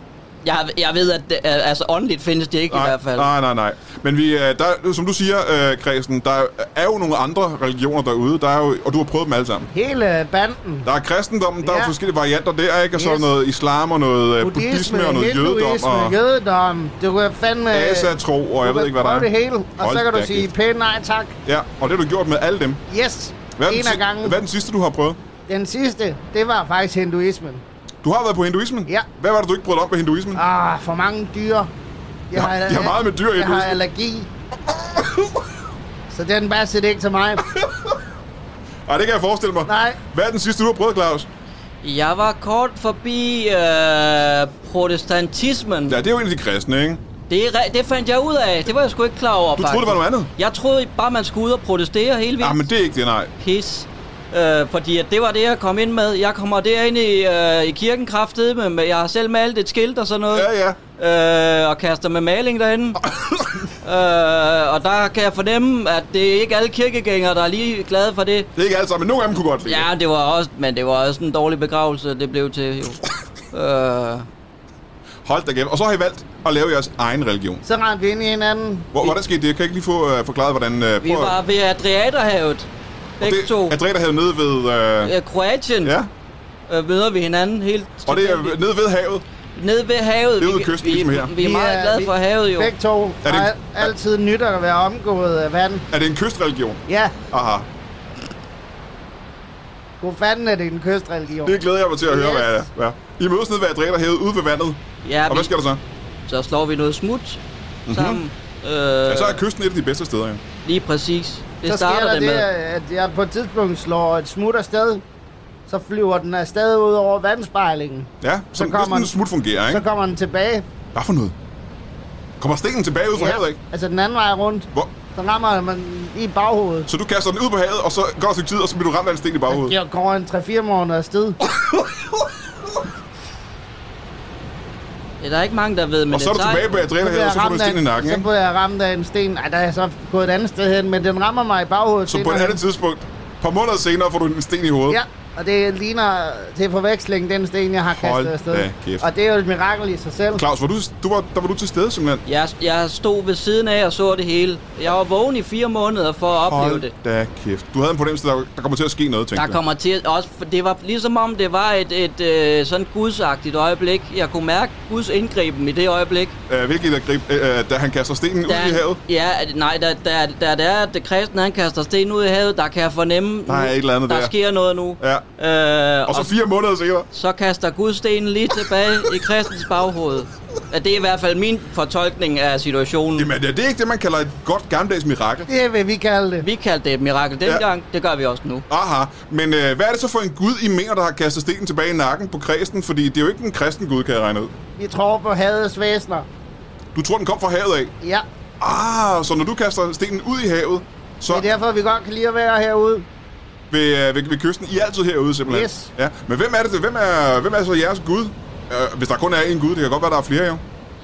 Speaker 3: Jeg, jeg ved, at det, øh, altså, åndeligt findes det ikke i hvert fald.
Speaker 1: Nej, nej, nej. Men vi, øh, der, som du siger, øh, Kristen, der er jo nogle andre religioner derude, der er jo, og du har prøvet dem alle sammen.
Speaker 2: Hele banden.
Speaker 1: Der er kristendommen, der er jo
Speaker 2: Ja.
Speaker 1: forskellige varianter der, ikke? Og så er
Speaker 2: Yes.
Speaker 1: noget islam og noget øh, buddhisme og noget jødendom
Speaker 2: hinduisme,
Speaker 1: og
Speaker 2: jødedom. Du kan fandme...
Speaker 1: asatro, og jeg
Speaker 2: du
Speaker 1: ved
Speaker 2: kan
Speaker 1: ikke, hvad der
Speaker 2: prøve
Speaker 1: er.
Speaker 2: det hele, og
Speaker 1: Hold
Speaker 2: så kan du
Speaker 1: da
Speaker 2: sige
Speaker 1: kæft.
Speaker 2: pænt nej tak.
Speaker 1: Ja, og det har du gjort med alle dem.
Speaker 2: Yes,
Speaker 1: Hvad er, den,
Speaker 2: en af
Speaker 1: si-
Speaker 2: gangen.
Speaker 1: hvad er den sidste, du har prøvet?
Speaker 2: Den sidste, det var faktisk hinduismen.
Speaker 1: Du har været på hinduismen?
Speaker 2: Ja.
Speaker 1: Hvad var det, du ikke brød dig om på hinduismen?
Speaker 2: Ah, for mange dyr. Jeg har,
Speaker 1: jeg har meget med dyr i
Speaker 2: Jeg har
Speaker 1: hinduismen.
Speaker 2: allergi. Så den passer det ikke til mig.
Speaker 1: Ej, det kan jeg forestille mig.
Speaker 2: Nej.
Speaker 1: Hvad er den sidste, du har prøvet, Claus?
Speaker 3: Jeg var kort forbi øh, protestantismen.
Speaker 1: Ja, det er jo egentlig de kristne, ikke?
Speaker 3: Det, er re- det fandt jeg ud af. Det var jeg sgu ikke klar over,
Speaker 1: Du troede, det var noget andet?
Speaker 3: Jeg troede bare, man skulle ud og protestere hele vildt.
Speaker 1: Ja, Ah, men det er ikke det, nej.
Speaker 3: Pis. Øh, fordi at det var det, jeg kom ind med. Jeg kommer derind i, øh, i kirken kraftedeme, men jeg har selv malet et skilt og sådan noget.
Speaker 1: Ja, ja.
Speaker 3: Øh, og kaster med maling derinde. øh, og der kan jeg fornemme, at det er ikke alle kirkegængere, der er lige glade for det.
Speaker 1: Det er ikke alt sammen, men nogle af dem kunne godt lide det.
Speaker 3: Ja, det var også, men det var også en dårlig begravelse, det blev til jo. øh,
Speaker 1: Hold da kæft. Og så har I valgt at lave jeres egen religion.
Speaker 2: Så rendte vi ind i hinanden.
Speaker 1: Hvor, hvordan skete det? Jeg kan ikke lige få øh, forklaret, hvordan... Øh,
Speaker 3: vi var ved Adriaterhavet. Begge to.
Speaker 1: det, Adreta havde nede ved... Øh,
Speaker 3: Øh, Kroatien
Speaker 1: ja,
Speaker 3: øh, møder vi hinanden helt
Speaker 1: og det er
Speaker 3: tilfældigt.
Speaker 1: nede ved havet.
Speaker 3: nede ved havet.
Speaker 1: nede
Speaker 3: Vi-
Speaker 1: ved kysten,
Speaker 3: vi,
Speaker 1: ligesom her.
Speaker 3: Vi er meget glade for havet jo.
Speaker 2: Begge to
Speaker 1: det-
Speaker 2: har al- altid nyt at være omgået af vand.
Speaker 1: Er det en kystreligion?
Speaker 2: Ja,
Speaker 1: Aha.
Speaker 2: hvor fanden er det en kystreligion?
Speaker 1: Det glæder jeg mig til at høre,
Speaker 2: Yes.
Speaker 1: hvad det er. Ja. I mødes nede ved Adreta havet ude ved vandet.
Speaker 3: Ja,
Speaker 1: Og
Speaker 3: vi,
Speaker 1: hvad sker der så?
Speaker 3: så slår vi noget smut sammen. Øh,
Speaker 1: Ja, så er kysten et af de bedste steder, ja.
Speaker 3: Lige præcis. Det
Speaker 2: Så sker
Speaker 3: starter
Speaker 2: der
Speaker 3: det
Speaker 2: det,
Speaker 3: med.
Speaker 2: at jeg på et tidspunkt slår et smut afsted. Så flyver den afsted ud over vandspejlingen.
Speaker 1: Ja, som, så
Speaker 2: kommer
Speaker 1: kommer
Speaker 2: den.
Speaker 1: sådan smut fungerer,
Speaker 2: Så
Speaker 1: ikke?
Speaker 2: kommer den tilbage.
Speaker 1: Hvad for noget? Kommer stenen tilbage ud fra havet, ikke?
Speaker 2: Altså den anden vej rundt.
Speaker 1: Hvor?
Speaker 2: Så rammer man i baghovedet.
Speaker 1: Så du kaster den ud på havet, og så går der et stykke tid, og så bliver du ramt af en sten i baghovedet.
Speaker 2: Jeg går en 3-4 måneder afsted.
Speaker 3: Det er der ikke mange, der ved, men
Speaker 1: Og så er
Speaker 3: det
Speaker 1: du tilbage på
Speaker 2: Så
Speaker 1: Adreta
Speaker 2: bliver
Speaker 1: havet,
Speaker 2: jeg
Speaker 1: og så får du en
Speaker 2: ramt af-
Speaker 1: sten i nakken,
Speaker 2: Så
Speaker 1: ikke?
Speaker 2: bliver jeg ramt af en sten. Ej, der er jeg så gået et andet sted hen, men den rammer mig i baghovedet.
Speaker 1: Så på et
Speaker 2: senere.
Speaker 1: andet tidspunkt, et par måneder senere, får du en sten i hovedet.
Speaker 2: Ja, og det ligner til forveksling den sten, jeg har
Speaker 1: Hold
Speaker 2: kastet afsted.
Speaker 1: da kæft.
Speaker 2: Og det er jo et mirakel i sig selv.
Speaker 1: Claus, var du, du var, der var du til stede simpelthen?
Speaker 3: Jeg, jeg stod ved siden af og så det hele. Jeg var vågen i fire måneder for at opleve det.
Speaker 1: da kæft. Du havde en fornemmelse, der, der kommer til at ske noget, tænkte
Speaker 3: Der kommer til at- også, for det var ligesom om det var et, et øh, sådan gudsagtigt øjeblik. Jeg kunne mærke Guds indgriben i det øjeblik.
Speaker 1: du. Øh, hvilket der grib, øh, øh, da han kaster stenen ud i havet?
Speaker 3: Ja, nej, da, da, da det er, at det kristne han kaster sten ud i havet, der kan jeg fornemme,
Speaker 1: Der er
Speaker 3: nu,
Speaker 1: et eller andet
Speaker 3: der,
Speaker 1: der.
Speaker 3: sker noget nu.
Speaker 1: Ja.
Speaker 3: Øh,
Speaker 1: Og så fire måneder senere.
Speaker 3: så kaster Gud stenen lige tilbage i kristens baghoved. Ja, det er i hvert fald min fortolkning af situationen.
Speaker 1: Jamen, er det ikke det, man kalder et godt gammeldags mirakel?
Speaker 2: Det er, hvad vi kalder det.
Speaker 3: Vi kaldte det et mirakel dengang, det gør vi også nu.
Speaker 1: Aha, men øh, hvad er det så for en gud, I mener, der har kastet stenen tilbage i nakken på kristen? Fordi det er jo ikke en kristen gud, kan jeg regne ud.
Speaker 2: Vi tror på havets væsner.
Speaker 1: Du tror, den kom fra havet af?
Speaker 2: Ja,
Speaker 1: Ah, så når du kaster stenen ud i havet, så
Speaker 2: det er derfor, vi godt kan lide at være herude.
Speaker 1: ved, øh, ved, ved kysten. I er altid herude, simpelthen.
Speaker 2: Yes.
Speaker 1: Ja. Men hvem er det? Hvem er, hvem er så jeres Gud? Øh, hvis der kun er én Gud, det kan godt være, der er flere, jo.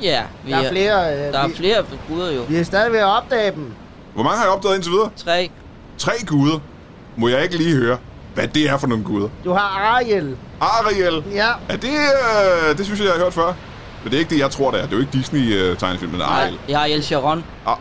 Speaker 3: Ja, vi
Speaker 2: Der er flere. Øh,
Speaker 3: der er
Speaker 2: vi,
Speaker 3: flere guder jo.
Speaker 2: vi er stadig ved at opdage dem.
Speaker 1: Hvor mange har I opdaget indtil videre?
Speaker 3: Tre.
Speaker 1: Tre guder. Må jeg ikke lige høre, hvad det er for nogle guder?
Speaker 2: Du har Ariel.
Speaker 1: Ariel.
Speaker 2: Ja,
Speaker 1: Er det... Øh, det synes jeg, jeg har hørt før. Men det er ikke det, jeg tror, det er. Det er jo ikke Disney-tegnefilm, men Ariel.
Speaker 3: Jeg har El Sharon.
Speaker 1: Ah.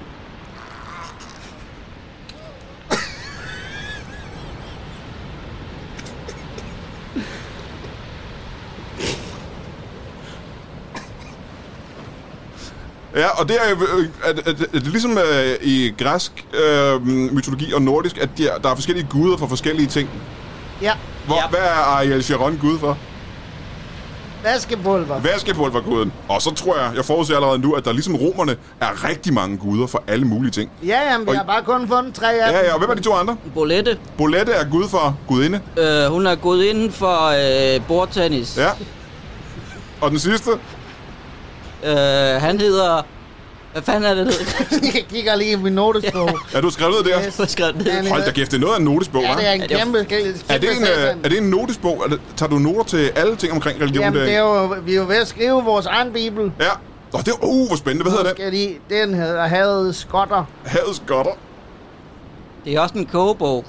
Speaker 1: Ja, og det er, øh, at, at, at, at ligesom øh, i græsk øh, mytologi og nordisk, at der, der er forskellige guder for forskellige ting.
Speaker 2: Ja,
Speaker 1: Hvor,
Speaker 3: Ja.
Speaker 1: Hvad er Ariel Sharon gud for?
Speaker 2: vaskepulver.
Speaker 1: Vaskepulver var guden. Og så tror jeg, jeg forudser allerede nu, at der ligesom romerne er rigtig mange guder for alle mulige ting.
Speaker 2: Ja, jamen, vi
Speaker 1: Og-
Speaker 2: har bare kun fundet tre af
Speaker 1: Ja,
Speaker 2: dem.
Speaker 1: ja, og hvem er de to andre?
Speaker 3: Bolette,
Speaker 1: Bolette er gud for gudinde.
Speaker 3: øh, hun er gået inden for øh, bordtennis.
Speaker 1: Ja. Og den sidste?
Speaker 3: Øh, han hedder... Hvad fanden er det, det?
Speaker 2: Jeg kigger lige i min notesbog.
Speaker 1: Ja, du har skrevet ned der.
Speaker 2: Yes.
Speaker 3: Jeg skrev det.
Speaker 2: Han er-
Speaker 1: Hold da kæft, det er noget af en notesbog,
Speaker 2: Ja,
Speaker 1: hva'?
Speaker 2: det er en
Speaker 3: Ja, det er-
Speaker 2: kæmpe, kæmpe
Speaker 1: er det en,
Speaker 2: satan.
Speaker 1: øh, er det en notesbog? Er det, tager du noter til alle ting omkring religion?
Speaker 2: Jamen, det
Speaker 1: derinde?
Speaker 2: er jo, vi er jo ved at skrive vores egen bibel.
Speaker 1: Ja. Nå, det er, uh, hvor spændende. Hvad hedder den?
Speaker 2: Skal de, den hedder Havet Skotter.
Speaker 1: Havets godter.
Speaker 3: Det er også en kogebog.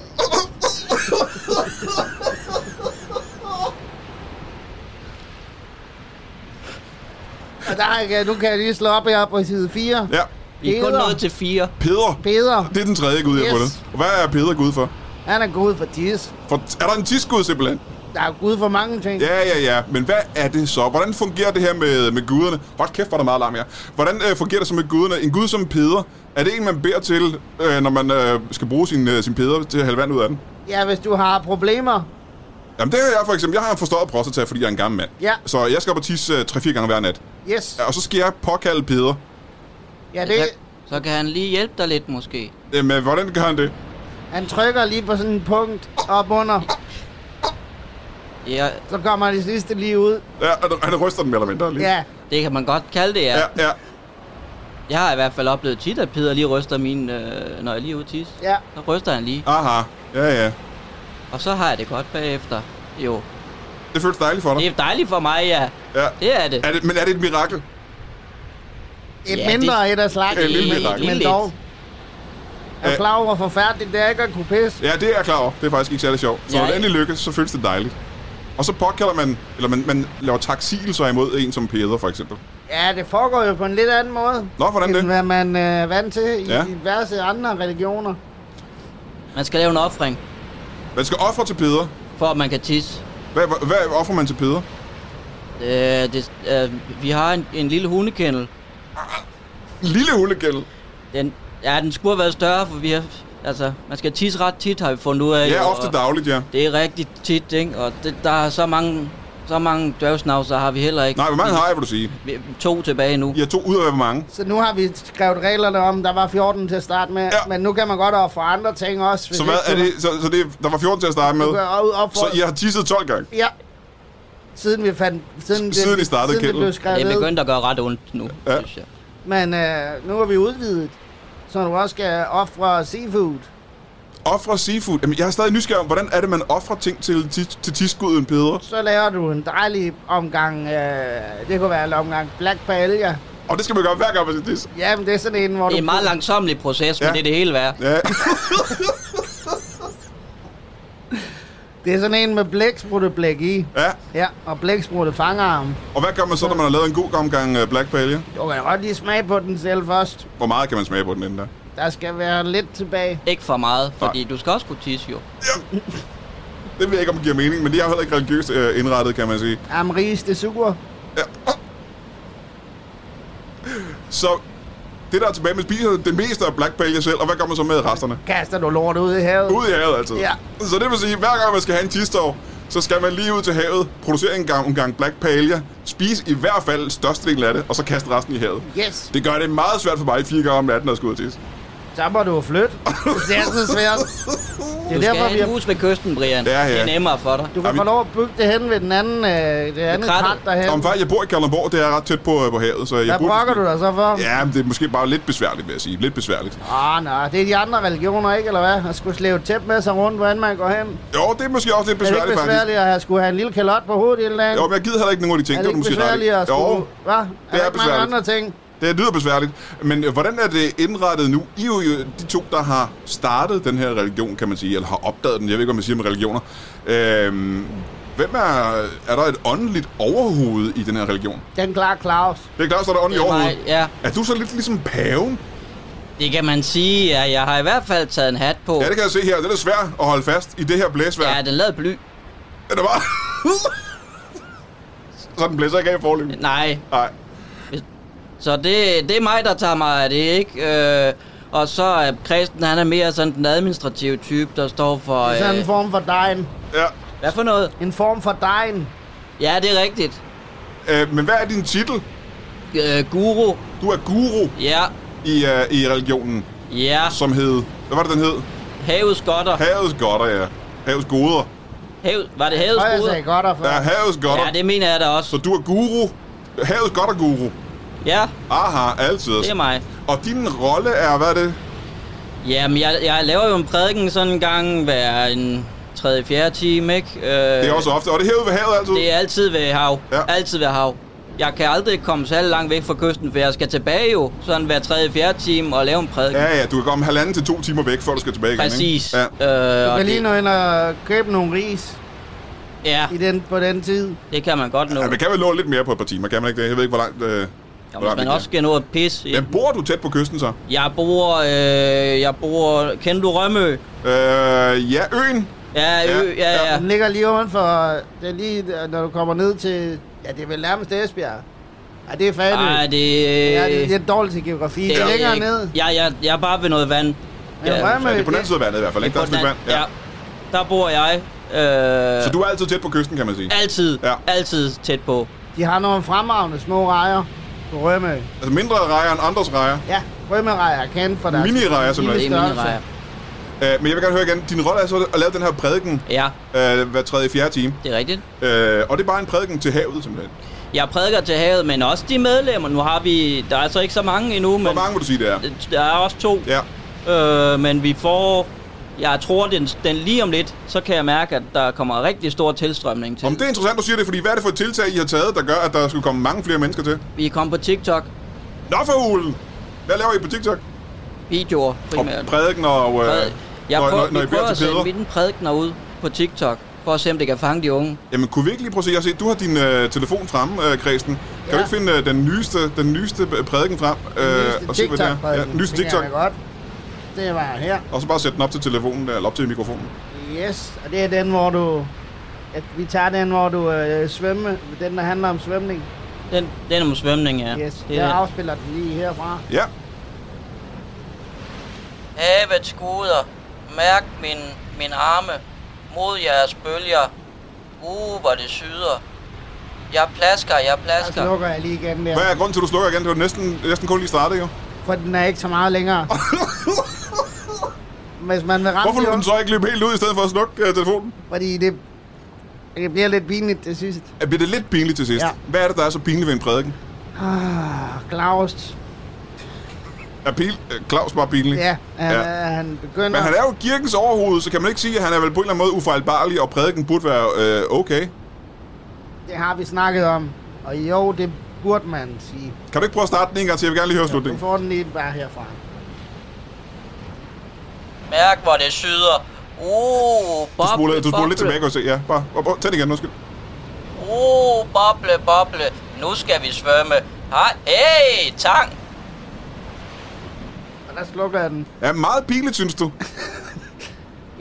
Speaker 2: Og der, kan jeg- nu kan jeg lige slå op her på side 4.
Speaker 1: Ja.
Speaker 3: Vi er kun
Speaker 2: Peder.
Speaker 3: nået til fire.
Speaker 1: Peder.
Speaker 2: Peder,
Speaker 1: Det er den tredje gud, jeg har
Speaker 2: Yes.
Speaker 1: fundet. Og Hvad er Peder gud for?
Speaker 2: han er god for tis.
Speaker 1: for? Er der en tidsgud simpelthen?
Speaker 2: Der er gud for mange ting.
Speaker 1: Ja, ja, ja. Men hvad er det så? Hvordan fungerer det her med, med guderne? Hold kæft, hvor er der meget larm her. Hvordan øh, fungerer det så med guderne? En gud som Peder, er det en, man beder til, øh, når man øh, skal bruge sin, øh, sin Peder til at hælde vand ud af den?
Speaker 2: ja, hvis du har problemer.
Speaker 1: Jamen det er jeg for eksempel. Jeg har en forstået prostata, fordi jeg er en gammel mand.
Speaker 2: Ja.
Speaker 1: Så jeg skal op og tisse øh, 3-4 gange hver nat.
Speaker 2: Yes.
Speaker 1: Og så skal jeg påkalde Peder.
Speaker 2: Ja, det,
Speaker 3: Så, så kan han lige hjælpe dig lidt, måske.
Speaker 1: Jamen, Øh, hvordan gør han det?
Speaker 2: han trykker lige på sådan en punkt op under.
Speaker 3: Ja,
Speaker 2: Så kommer det sidste lige ud.
Speaker 1: Ja, han- han ryster den mere eller mindre lige.
Speaker 2: Ja,
Speaker 3: det kan man godt kalde det, ja.
Speaker 1: Ja, ja.
Speaker 3: Jeg har i hvert fald oplevet tit, at Peder lige ryster min, øh, når jeg lige er ude at tisse.
Speaker 2: ja.
Speaker 3: Så ryster han lige.
Speaker 1: Aha. Ja, ja.
Speaker 3: Og så har jeg det godt bagefter. Jo.
Speaker 1: Det føles dejligt for dig.
Speaker 3: Det er dejligt for mig, ja.
Speaker 1: Ja.
Speaker 3: Det er det.
Speaker 1: Er det, men er det et mirakel?
Speaker 2: Et
Speaker 3: Ja,
Speaker 2: mindre et af
Speaker 1: Det er
Speaker 2: slagsen.
Speaker 1: lidt
Speaker 3: Lige-
Speaker 1: mirakel.
Speaker 3: lige
Speaker 2: Men
Speaker 3: lidt.
Speaker 2: dog. Er
Speaker 1: Ja.
Speaker 2: du klar over, hvor forfærdeligt det er ikke at kunne pisse?
Speaker 1: Ja, det er jeg klar over. Det er faktisk ikke særlig sjovt. Så når
Speaker 3: Nej.
Speaker 1: det endelig lykkes, så føles det dejligt. Og så påkalder man, eller man, man laver taksigelser imod en som Peder, for eksempel.
Speaker 2: Ja, det foregår jo på en lidt anden måde.
Speaker 1: Nå, hvordan
Speaker 2: End
Speaker 1: det?
Speaker 2: hvad man øh, er vant til i
Speaker 1: Ja.
Speaker 2: ja. diverse andre religioner.
Speaker 3: Man skal lave en offring,
Speaker 1: Man skal ofre til Peder.
Speaker 3: for at man kan tisse.
Speaker 1: Hvad, hvad, hvad offer man til Peder?
Speaker 3: Øh, det, øh, vi har en, en lille hundekendel.
Speaker 1: En lille hundegæld.
Speaker 3: Den, ja, den skulle have været større, for vi har... Altså, man skal tisse ret tit, har vi fundet ud af.
Speaker 1: Ja,
Speaker 3: jo,
Speaker 1: ofte
Speaker 3: og
Speaker 1: dagligt, ja.
Speaker 3: Det er rigtig tit, ikke? Og det, der er så mange... Så mange dværgsnavser har vi heller ikke.
Speaker 1: Nej, hvor mange har jeg, vil du sige?
Speaker 3: Vi- To tilbage nu.
Speaker 1: I har to ud af hvor mange.
Speaker 2: Så nu har vi skrevet reglerne om, der var 14 til at starte med,
Speaker 1: Ja.
Speaker 2: ja. men nu kan man godt ofre andre ting også. hvis
Speaker 1: Så hvad
Speaker 2: ikke
Speaker 1: er
Speaker 2: du-
Speaker 1: det? Så, så det, der var 14 til at starte med.
Speaker 2: Du kan opfordre,
Speaker 1: Så I har tisset 12 gange.
Speaker 2: Ja. Siden vi fandt... Siden, det-
Speaker 1: Siden I startede
Speaker 2: siden det
Speaker 1: kælden.
Speaker 2: blev
Speaker 3: Det
Speaker 2: skrevet
Speaker 3: er
Speaker 2: ned.
Speaker 3: begyndt at gøre ret ondt nu,
Speaker 1: Ja.
Speaker 3: ja. synes jeg.
Speaker 2: Men øh, nu er vi udvidet, så du også skal ofre seafood.
Speaker 1: Ofre seafood. Jamen, jeg er stadig nysgerrig om, hvordan er det, man offrer ting til, til, til tidsguden Peder?
Speaker 2: Så laver du en dejlig omgang, øh, det kunne være en omgang black paella.
Speaker 1: Og det skal man gøre hver gang, man skal tisse.
Speaker 2: Jamen, det er sådan en, hvor
Speaker 3: Det
Speaker 2: du...
Speaker 3: er en meget langsomlig proces, men
Speaker 1: Ja.
Speaker 3: det er det hele værd.
Speaker 1: Ja.
Speaker 2: Det er sådan en med blæksprutte blæk i.
Speaker 1: ja.
Speaker 2: Ja, og blæksprutte fangarm.
Speaker 1: Og hvad gør man så, når man har lavet en god omgang øh, Black Palio?
Speaker 2: Du kan godt lige smage på den selv først.
Speaker 1: Hvor meget kan man smage på den inden der?
Speaker 2: Der skal være lidt tilbage.
Speaker 3: Ikke for meget, fordi du skal også kunne tisse jo.
Speaker 1: Det ved jeg ikke, om det giver mening, men det er jo heller ikke religiøst øh, indrettet, kan man sige.
Speaker 2: Amris det suger.
Speaker 1: Så det, der er tilbage, man spiser det meste af Black Palio selv, og hvad gør man så med resterne?
Speaker 2: Kaster du lort ud i havet.
Speaker 1: Ud i havet, altså.
Speaker 2: Ja.
Speaker 1: Så det vil sige, hver gang man skal have en tistov, så skal man lige ud til havet, producere en gang, en gang Black Palio, spise i hvert fald størstedelen af det, og så kaste resten i havet.
Speaker 2: Yes,
Speaker 1: Det gør det meget svært for mig fire gange om natten at skulle ud og tisse.
Speaker 2: så må du jo flytte. Det er så svært. Det
Speaker 3: Du
Speaker 2: er
Speaker 3: skal
Speaker 2: derfor, vi
Speaker 3: have
Speaker 2: har
Speaker 3: et hus ved kysten, Brian.
Speaker 1: Ja, ja.
Speaker 3: Det er nemmere for dig.
Speaker 2: Du kan
Speaker 1: Ej,
Speaker 2: få
Speaker 1: vi-
Speaker 2: lov at bygge det hen ved den anden, øh, det andet
Speaker 3: krattet.
Speaker 2: krat derhen.
Speaker 1: Om faktisk, jeg bor i Kalundborg, det er ret tæt på, øh, på havet, så jeg
Speaker 2: Hvad
Speaker 1: burde
Speaker 2: brokker
Speaker 1: måske-
Speaker 2: du dig så for? Ja.
Speaker 1: Ja, men det er måske bare lidt besværligt, vil jeg sige. Lidt besværligt.
Speaker 2: Ah, nej, det er de andre religioner, ikke, eller hvad? At skulle slæve tæt med sig rundt, hvordan man går hen.
Speaker 1: Jo, det er måske også lidt
Speaker 2: Er det ikke
Speaker 1: besværligt, faktisk.
Speaker 2: besværligt at have, skulle have en lille kalot på hovedet hele dagen?
Speaker 1: Jo, men jeg gider heller ikke nogen af de ting.
Speaker 2: er det
Speaker 1: var
Speaker 2: ikke
Speaker 1: du måske ret i.
Speaker 2: besværligt at skulle...
Speaker 1: Jo,
Speaker 2: Hvad? Er der ikke mange
Speaker 1: besværligt.
Speaker 2: andre ting?
Speaker 1: det lyder besværligt. Men øh, hvordan er det indrettet nu? I er jo øh, de to, der har startet den her religion, kan man sige, eller har opdaget den. Jeg ved ikke, hvad man siger med religioner. Øhm, hvem er... Er der et åndeligt overhoved i den her religion?
Speaker 2: Den klarer Claus.
Speaker 1: Det er klart, så er der åndeligt
Speaker 3: Det er mig,
Speaker 1: overhoved.
Speaker 3: ja.
Speaker 1: Er du så lidt ligesom paven?
Speaker 3: Det kan man sige, ja. Jeg har i hvert fald taget en hat på.
Speaker 1: Ja, det kan jeg se her. Det er svært at holde fast i det her blæsvær.
Speaker 3: Oh. Ja,
Speaker 1: Ja.
Speaker 3: den lavede bly.
Speaker 1: Er det bare... så den blæser ikke af i forløbet.
Speaker 3: Nej,
Speaker 1: Nej.
Speaker 3: Så det, det er mig, der tager mig af det, ikke? Øh, og så er Christen, han er mere sådan den administrative type, der står for...
Speaker 2: Det er sådan en
Speaker 3: Øh,
Speaker 2: form for dejen.
Speaker 1: Ja.
Speaker 3: hvad for noget?
Speaker 2: En form for dejen.
Speaker 3: Ja, det er rigtigt.
Speaker 1: Øh, men hvad er din titel?
Speaker 3: Øh, guru.
Speaker 1: Du er guru
Speaker 3: Ja.
Speaker 1: i, øh, i religionen,
Speaker 3: Ja.
Speaker 1: som hed... Hvad var det, den hed?
Speaker 3: Havets godter.
Speaker 1: Havets godter, ja. Havets goder.
Speaker 3: Hav, var det havets
Speaker 2: Og jeg
Speaker 3: goder?
Speaker 2: sagde godt derfor.
Speaker 1: Ja, havets godter.
Speaker 3: Ja, det mener jeg da
Speaker 1: Så
Speaker 3: også.
Speaker 1: du er guru. Havets godter guru.
Speaker 3: Ja,
Speaker 1: Aha, altid.
Speaker 3: det er mig.
Speaker 1: Og din rolle er, hvad er det?
Speaker 3: Jamen, jeg, jeg laver jo en prædiken sådan en gang hver en tredje, fjerde time, ikke? Øh,
Speaker 1: Det er også ofte. Og det er herude ved havet altid.
Speaker 3: Det er altid ved hav.
Speaker 1: Ja.
Speaker 3: Ja. Altid ved hav. Jeg kan aldrig komme særlig langt væk fra kysten, for jeg skal tilbage jo, sådan hver tredje, fjerde time, og lave en prædiken.
Speaker 1: Ja, ja, du kan komme halvanden til to timer væk, før du skal tilbage igen,
Speaker 3: Præcis.
Speaker 1: Ikke? Ja.
Speaker 3: Øh,
Speaker 2: Du
Speaker 3: og
Speaker 2: kan lige
Speaker 3: det,
Speaker 2: nå ind og købe nogle ris
Speaker 3: ja,
Speaker 2: i den, på den tid.
Speaker 3: det kan man godt nå.
Speaker 1: ja, man kan vel nå lidt mere på et par timer, kan man ikke det? Jeg ved ikke, hvor langt... Øh, hvor
Speaker 3: Jo, hvis
Speaker 1: langt
Speaker 3: man
Speaker 1: det
Speaker 3: også skal nå at pisse.
Speaker 1: er. Men bor du tæt på kysten, så?
Speaker 3: Jeg bor, øh, jeg bor, kender du Rømø?
Speaker 1: Øh, ja, øen. Ja,
Speaker 3: Ja, ø, ja,
Speaker 1: ja.
Speaker 3: ja.
Speaker 2: Den ligger lige ovenfor, det er lige, der- når du kommer ned til, ja, det er vel nærmest Esbjerg. Ja, det er fandme.
Speaker 3: Nej, det...
Speaker 2: Ja, det, det er dårligt til geografi. Det er
Speaker 3: jeg
Speaker 2: længere
Speaker 3: ikke.
Speaker 2: ned.
Speaker 3: Ja, ja, jeg er bare ved noget vand.
Speaker 2: Men Rømø,
Speaker 1: Ja, det er på den anden side af vandet i hvert fald, ikke? Der er et stykke vand. Ja.
Speaker 3: ja. Der bor jeg. Øh,
Speaker 1: Så du er altid tæt på kysten, kan man sige.
Speaker 3: Altid,
Speaker 1: Ja.
Speaker 3: ja. altid tæt på.
Speaker 2: De har nogle fremragende små rejer på Rømø.
Speaker 1: Altså mindre rejer end andres rejer.
Speaker 2: Ja, Rømø-rejer er kendt for deres...
Speaker 1: Mini-rejer, simpelthen.
Speaker 3: Det
Speaker 2: lille
Speaker 3: er mine
Speaker 2: størrelse.
Speaker 3: rejer.
Speaker 1: Øh, men jeg vil gerne høre igen. Din rolle er så at lave den her prædiken
Speaker 3: Ja,
Speaker 1: øh, hver tredje, fjerde time.
Speaker 3: det er rigtigt.
Speaker 1: Øh, og det er bare en prædiken til havet, simpelthen.
Speaker 3: Jeg prædiker til havet, men også de medlemmer. Nu har vi... Der er altså ikke så mange endnu, men...
Speaker 1: Hvor mange må du sige, det er?
Speaker 3: Der er også to.
Speaker 1: Ja.
Speaker 3: Øh, men vi får... Jeg tror, den, den lige om lidt, så kan jeg mærke, at der kommer rigtig stor tilstrømning til.
Speaker 1: Om det er interessant, du siger det, fordi hvad er det for et tiltag, I har taget, der gør, at der skulle komme mange flere mennesker til?
Speaker 3: Vi er kommet på TikTok.
Speaker 1: Nå for hulen! Hvad laver I på TikTok?
Speaker 3: Videoer
Speaker 1: Og
Speaker 3: primært.
Speaker 1: prædiken og... Øh,
Speaker 3: Præd- Jeg
Speaker 1: når,
Speaker 3: prøver,
Speaker 1: når, når I
Speaker 3: vi
Speaker 1: bliver
Speaker 3: prøver
Speaker 1: til
Speaker 3: at
Speaker 1: Peder.
Speaker 3: sende mine prædikner ud på TikTok, for at se, om det kan fange de unge.
Speaker 1: Jamen, kunne vi ikke lige prøve at se? Jeg har set, du har din øh, telefon fremme, øh, Kristen. Kan ja. du ikke finde øh, den nyeste, den nyeste prædiken frem?
Speaker 2: Øh,
Speaker 1: og se, hvad det er? Ja, den nyeste TikTok.
Speaker 2: Det er godt. Det var her.
Speaker 1: Og så bare sætte den op til telefonen, der, eller op til mikrofonen.
Speaker 2: Yes, og det er den, hvor du... At vi tager den, hvor du øh, svømme, den, der handler om svømning.
Speaker 3: Den, den er om svømning, ja.
Speaker 2: Ja, yes,
Speaker 3: det
Speaker 2: jeg
Speaker 3: er
Speaker 2: afspiller den lige herfra.
Speaker 1: Ja,
Speaker 3: Havets guder, mærk min, min arme mod jeres bølger. Uh, hvor det syder. Jeg plasker, jeg
Speaker 2: Så slukker jeg lige igen der.
Speaker 1: hvad er grunden til, at du slukker igen? Det var næsten, næsten kun lige startet, jo.
Speaker 2: For den er ikke så meget længere. Hvis man vil ramme
Speaker 1: Hvorfor lå
Speaker 2: de
Speaker 1: den
Speaker 2: unge-
Speaker 1: så ikke løbe helt ud, i stedet for at slukke øh, telefonen?
Speaker 2: Fordi det, det bliver lidt pinligt til sidst.
Speaker 1: Er- Bliver det lidt pinligt til sidst? Ja.
Speaker 2: Ja.
Speaker 1: Hvad er det, der er så pinligt ved en prædiken?
Speaker 2: Ah, Claus.
Speaker 1: Er pil, øh, Claus bare pinlig?
Speaker 2: Ja, han,
Speaker 1: Ja.
Speaker 2: ja. han begynder...
Speaker 1: Men han er jo kirkens overhoved, så kan man ikke sige, at han er vel på en eller anden måde ufejlbarlig, og prædiken burde være øh, okay.
Speaker 2: Det har vi snakket om. Og jo, det burde man sige.
Speaker 1: Kan du ikke prøve at starte den en gang til? Jeg vil gerne lige høre
Speaker 2: Du
Speaker 1: slutningen.
Speaker 2: får den lige bare herfra.
Speaker 3: Mærk, hvor det syder. Uh, boble,
Speaker 1: Du spoler, du spoler
Speaker 3: boble.
Speaker 1: lidt tilbage, kan jeg se. Ja, bare. Og, og, tag den igen, undskyld.
Speaker 3: Uh, boble, boble. Nu skal vi svømme. Hej, hey, tang.
Speaker 2: Og der slukker jeg den.
Speaker 1: Ja, meget pinligt, synes du.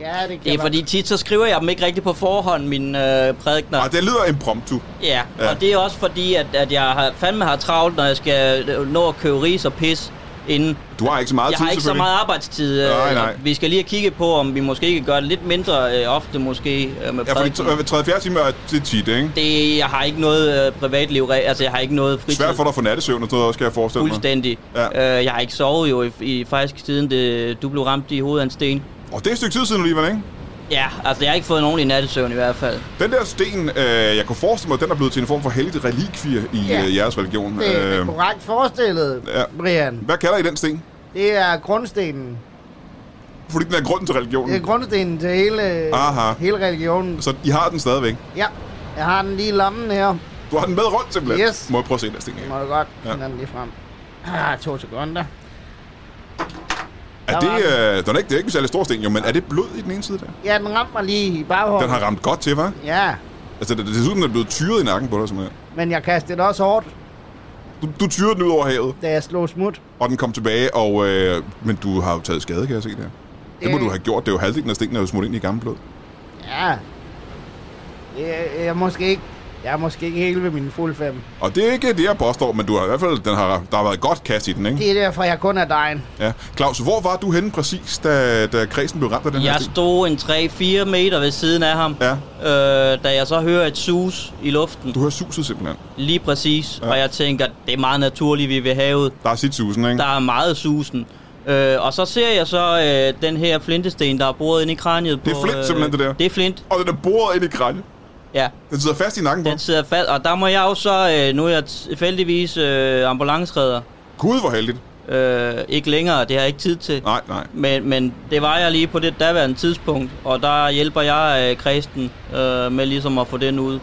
Speaker 2: Ja, det kan
Speaker 3: Det er
Speaker 2: man-
Speaker 3: fordi tit, så skriver jeg dem ikke rigtigt på forhånd, mine øh, prædikner.
Speaker 1: Og Ah, det lyder impromptu.
Speaker 3: Ja,
Speaker 1: Ja.
Speaker 3: ja, og det er også fordi, at, at jeg har, fandme har travlt, når jeg skal øh, nå at købe ris og pis inden.
Speaker 1: Du har ikke så meget
Speaker 3: Jeg
Speaker 1: tid,
Speaker 3: har ikke så
Speaker 1: selvfølgelig.
Speaker 3: meget arbejdstid. øh,
Speaker 1: Nej, nej.
Speaker 3: Vi skal lige have kigget på, om vi måske ikke gør det lidt mindre øh, ofte måske øh, med
Speaker 1: Ja, fordi
Speaker 3: prædiken.
Speaker 1: t- øh, tredje fjerde time er det tit, ikke?
Speaker 3: Det, jeg har ikke noget øh, privatliv, re- altså jeg har ikke noget fritid.
Speaker 1: Svært for dig at få nattesøvn, og sådan noget, skal jeg forestille mig.
Speaker 3: Fuldstændig.
Speaker 1: Ja.
Speaker 3: Ja. Øh, jeg har ikke sovet jo i, i faktisk siden det, du blev ramt i hovedet af en sten.
Speaker 1: Og det er et stykke tid siden alligevel, ikke?
Speaker 3: Ja, altså jeg har ikke fået nogen i nattesøvn i hvert fald.
Speaker 1: Den der sten, øh, jeg kunne forestille mig, den er blevet til en form for hellig relikvie i
Speaker 2: Ja.
Speaker 1: øh, jeres religion.
Speaker 2: Det er øh, korrekt forestillet,
Speaker 1: ja.
Speaker 2: ja. Brian.
Speaker 1: hvad kalder I den sten?
Speaker 2: Det er grundstenen.
Speaker 1: Fordi den er grunden til religionen.
Speaker 2: Det er grundstenen til hele,
Speaker 1: Aha.
Speaker 2: hele religionen.
Speaker 1: Så I har den stadigvæk.
Speaker 2: Ja, jeg har den lige i lommen her.
Speaker 1: Du har den med rundt simpelthen.
Speaker 2: Yes.
Speaker 1: Må jeg prøve at se den der sten? Ikke?
Speaker 2: Må jeg godt
Speaker 1: Ja.
Speaker 2: finde den lige frem. Ah, to sekunder.
Speaker 1: Er
Speaker 2: Der
Speaker 1: det,
Speaker 2: var
Speaker 1: øh, den er ikke, det er ikke en særlig stor sten, jo, men er det blod i den ene side der?
Speaker 2: Ja, den ramte mig lige i baghånden.
Speaker 1: Den har ramt godt til, hva'?
Speaker 2: Ja,
Speaker 1: Altså, det, det ser ud, som den er blevet tyret i nakken på dig, simpelthen.
Speaker 2: men jeg kastede det også hårdt,
Speaker 1: Du, du tyrede den ud over havet,
Speaker 2: da jeg slog smut.
Speaker 1: og den kom tilbage, og, øh, men du har jo taget skade, kan jeg se der. Det må
Speaker 2: Øh.
Speaker 1: du have gjort. Det er jo halvdelen af stenen, der er jo smurt ind i gammelt blod.
Speaker 2: Ja. Jeg, jeg er måske ikke Jeg er måske ikke helt ved min fuld fem.
Speaker 1: Og det er ikke det, jeg påstår, men du har i hvert fald, den har, der har været godt kast i den, ikke?
Speaker 2: Det er derfor, jeg kun er dejen.
Speaker 1: Ja. Claus, hvor var du henne præcis, da, da kredsen blev ramt af den her
Speaker 3: Jeg
Speaker 1: sten?
Speaker 3: stod en 3-4 meter ved siden af ham,
Speaker 1: Ja.
Speaker 3: øh, da jeg så hører et sus i luften,
Speaker 1: Du hører suset simpelthen.
Speaker 3: lige præcis, ja. og jeg tænker, det er meget naturligt, vi er ved havet,
Speaker 1: Der er sit susen, ikke?
Speaker 3: der er meget susen. Øh, og så ser jeg så øh, den her flintesten, der er boret inde i kraniet på... øh,
Speaker 1: Det er flint, simpelthen, det der.
Speaker 3: Det er flint,
Speaker 1: Og den er boret ind i kranje.
Speaker 3: ja.
Speaker 1: Den sidder fast i nakken på.
Speaker 3: Den
Speaker 1: ham.
Speaker 3: sidder fast, og der må jeg jo så, øh, nu er jeg tilfældigvis øh, ambulanceredder,
Speaker 1: Gud, hvor heldigt.
Speaker 3: øh, ikke længere, det har jeg ikke tid til.
Speaker 1: Nej, nej.
Speaker 3: Men, men det var jeg lige på det daværende tidspunkt, og der hjælper jeg øh, Kristen øh, med ligesom at få den ud.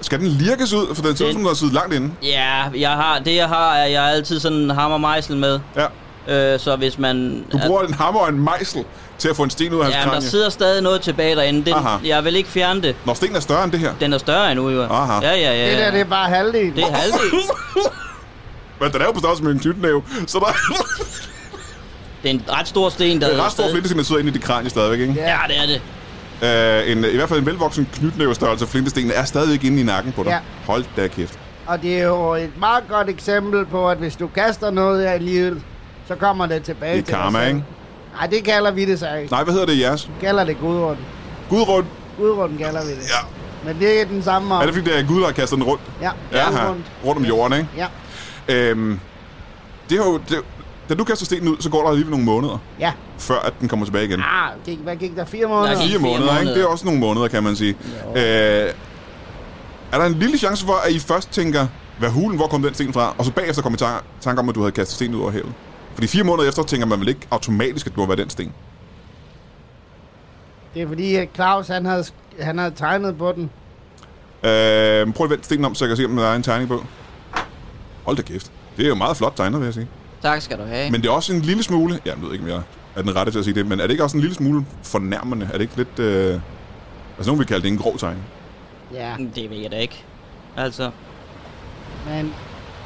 Speaker 1: Skal den lirkes ud? For den ser ud,
Speaker 3: Den-
Speaker 1: som den har siddet langt inde.
Speaker 3: Ja, jeg har, det jeg har, er jeg har altid sådan en hammer og mejsel med.
Speaker 1: Ja.
Speaker 3: Øh, så hvis man...
Speaker 1: Du bruger en hammer og en mejsel til at få en sten ud af
Speaker 3: at,
Speaker 1: hans
Speaker 3: ja, men der
Speaker 1: kranje.
Speaker 3: sidder stadig noget tilbage derinde. Den,
Speaker 1: Aha.
Speaker 3: jeg vil ikke fjerne det.
Speaker 1: Når stenen er større end det her.
Speaker 3: Den er større endnu, jo.
Speaker 1: Aha.
Speaker 3: Ja, ja, ja.
Speaker 2: Det der, det er bare halvdelen.
Speaker 3: det er halvdelen.
Speaker 1: Men den er jo på størrelse med en knytnæve, så der
Speaker 3: Det er en ret stor sten, der
Speaker 1: er en ret stor
Speaker 3: stadig-
Speaker 1: flintesten, der sidder inde i det kranje stadigvæk, ikke?
Speaker 3: Ja, det er det.
Speaker 1: Øh, en, I hvert fald en velvoksen knytnævestørrelse flintestenen er stadigvæk inde i nakken på dig.
Speaker 2: Ja.
Speaker 1: Hold da kæft.
Speaker 2: Og det er jo et meget godt eksempel på, at hvis du kaster noget her i livet, så kommer det tilbage
Speaker 1: Det er
Speaker 2: til dig
Speaker 1: karma,
Speaker 2: selv.
Speaker 1: ikke?
Speaker 2: Nej, det kalder vi det så ikke.
Speaker 1: Nej, hvad hedder det i jeres?
Speaker 2: Kalder det gudrunden.
Speaker 1: Gud rundt.
Speaker 2: Gudrunden kalder vi det.
Speaker 1: Ja.
Speaker 2: Men det er den samme om.
Speaker 1: Er det fordi, det er Gud, der kaster den rundt?
Speaker 2: Ja,
Speaker 1: aha.
Speaker 2: gudrunden.
Speaker 1: rundt om jorden, ikke?
Speaker 2: Ja,
Speaker 1: Øhm, det er jo, det, da du kaster stenen ud, så går der alligevel nogle måneder,
Speaker 2: ja.
Speaker 1: før at den kommer tilbage igen.
Speaker 2: Ah, gik, hvad gik der? Fire måneder?
Speaker 3: Der
Speaker 1: Fire
Speaker 3: gik- fire
Speaker 1: måneder, ikke?
Speaker 3: måneder.
Speaker 1: Det er også nogle måneder, kan man sige. Øh, er der en lille chance for, at I først tænker, hvad hulen, hvor kom den sten fra? Og så bagefter kommer I tan- tanke om, at du havde kastet sten ud over havet. Fordi fire måneder efter tænker man vel ikke automatisk, at du har været den sten.
Speaker 2: Det er fordi, at Claus han havde, sk- han havde tegnet på den.
Speaker 1: Øh, prøv at vende stenen om, så jeg kan se, om der er en tegning på. Hold da kæft. Det er jo meget flot tegnet, vil jeg sige.
Speaker 3: Tak skal du have.
Speaker 1: Men det er også en lille smule... Jeg ved ikke, om jeg er den rette til at sige det, men er det ikke også en lille smule fornærmende? Er det ikke lidt... Øh... Altså, nogen vil kalde det en grov tegning.
Speaker 2: Ja,
Speaker 3: Mm, Det ved jeg da ikke. Altså,
Speaker 2: men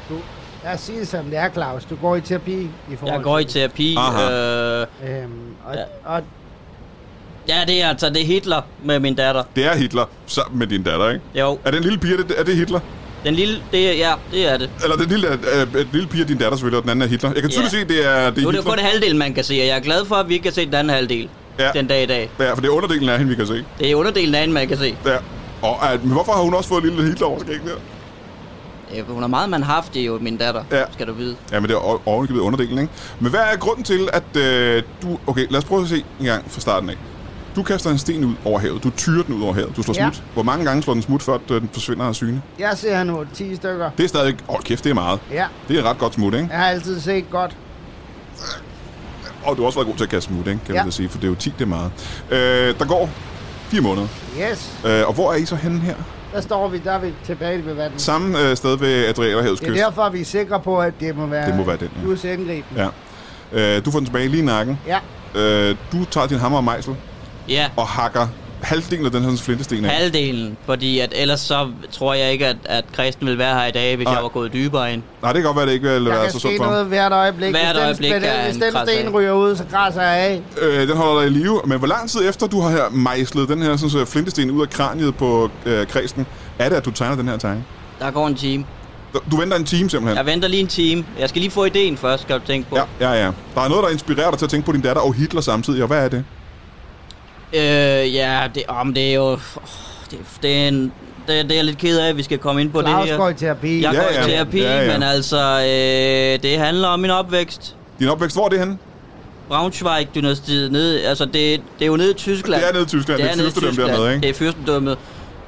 Speaker 2: du, lad os sige det som det er, Claus. Du går i terapi i forhold
Speaker 3: jeg går i
Speaker 2: til
Speaker 3: terapi.
Speaker 1: Aha.
Speaker 3: Øh,
Speaker 2: det. Øhm, og,
Speaker 3: Ja.
Speaker 2: og,
Speaker 3: ja, det er altså, det er Hitler med min datter.
Speaker 1: Det er Hitler sammen med din datter, ikke?
Speaker 3: Jo,
Speaker 1: Er den lille pige, er det, er det Hitler?
Speaker 3: den lille, det er, ja, det er det.
Speaker 1: Eller den lille, øh, øh, den lille pige er din datter selvfølgelig, og den anden er Hitler. Jeg kan tydeligt
Speaker 3: Ja.
Speaker 1: se, det er, det
Speaker 3: Nu
Speaker 1: er
Speaker 3: er det jo
Speaker 1: Hitler.
Speaker 3: kun halvdelen, man kan se, og jeg er glad for, at vi ikke kan se den anden halvdel
Speaker 1: Ja.
Speaker 3: ja. den dag i dag.
Speaker 1: Ja, for det er underdelen af hende, vi kan se.
Speaker 3: Det er underdelen af hende, man kan se.
Speaker 1: Ja. Og, øh, men hvorfor har hun også fået en lille Hitler over skæggen der?
Speaker 3: Øh, Hun har meget mandhaft, jo, min datter,
Speaker 1: Ja.
Speaker 3: ja. skal du vide.
Speaker 1: Ja, men det er o- ovenikøbet underdelen, ikke? Men hvad er grunden til, at øh, du... Okay, lad os prøve at se en gang fra starten af. Du kaster en sten ud over havet. Du tyrer den ud over havet. Du slår
Speaker 2: Ja.
Speaker 1: smut. Hvor mange gange slår den smut, før øh, den forsvinder af syne?
Speaker 2: jeg ser nu 10 stykker.
Speaker 1: Det er stadig... Åh, oh, kæft, det er meget.
Speaker 2: Ja,
Speaker 1: Det er et ret godt smut, ikke?
Speaker 2: jeg har altid set godt.
Speaker 1: Og du har også været god til at kaste smut, ikke? Kan ja.
Speaker 2: Ja.
Speaker 1: man da sige, for det er jo 10, det er meget. Øh, der går fire måneder.
Speaker 2: Yes,
Speaker 1: Øh, og hvor er I så henne her?
Speaker 2: der står vi, der er vi tilbage ved vandet.
Speaker 1: Samme øh, sted ved Adriaterhavets
Speaker 2: Det er
Speaker 1: kyst.
Speaker 2: derfor, vi er sikre på, at det må være,
Speaker 1: Det må være den, ja.
Speaker 2: Guds indgriben.
Speaker 1: Ja. Øh, du får den tilbage lige i nakken.
Speaker 2: Ja.
Speaker 1: Øh, du tager din hammer og mejsel
Speaker 3: Ja,
Speaker 1: og hakker halvdelen af den her flintesten af.
Speaker 3: halvdelen, fordi at ellers så tror jeg ikke, at, at Kristen ville være her i dag, hvis
Speaker 1: Nej.
Speaker 3: jeg var gået dybere ind.
Speaker 1: Nej, det kan godt være, det ikke ville
Speaker 2: Der
Speaker 1: være
Speaker 2: kan
Speaker 1: altså så sundt
Speaker 2: ske
Speaker 1: for
Speaker 2: noget
Speaker 1: ham.
Speaker 2: hvert øjeblik.
Speaker 3: Hvert
Speaker 2: hvis den,
Speaker 3: øjeblik
Speaker 2: hvis den-
Speaker 3: er
Speaker 2: Hvis
Speaker 3: en
Speaker 2: den
Speaker 3: kras
Speaker 2: sten
Speaker 3: af.
Speaker 2: ryger ud, så græsser jeg af.
Speaker 1: Øh, den holder dig i live, men hvor lang tid efter du har her mejslet den her sådan, så flintesten ud af kraniet på øh, kredsen, er det, at du tegner den her tegning?
Speaker 3: Der går en time.
Speaker 1: Du venter en time simpelthen.
Speaker 3: Jeg venter lige en time. Jeg skal lige få ideen først, skal du tænke på.
Speaker 1: Ja, ja, ja. Der er noget, der inspirerer dig til at tænke på din datter og Hitler samtidig, og hvad er det?
Speaker 3: Øh, ja, det, om det er jo... åh, Det, det, er en, det, det er jeg lidt ked af, at vi skal komme ind på
Speaker 2: Claus
Speaker 3: det her.
Speaker 2: går i terapi.
Speaker 3: Jeg
Speaker 1: Ja,
Speaker 3: går
Speaker 1: ja.
Speaker 3: i terapi,
Speaker 1: Ja, ja.
Speaker 3: men altså, øh, det handler om min opvækst.
Speaker 1: Din opvækst, hvor er det henne?
Speaker 3: Braunschweig-dynastiet nede, altså det, det er jo nede i Tyskland.
Speaker 1: Det er nede i Tyskland, det er fyrstedømme dernede, ikke?
Speaker 3: Det er fyrstendømmet.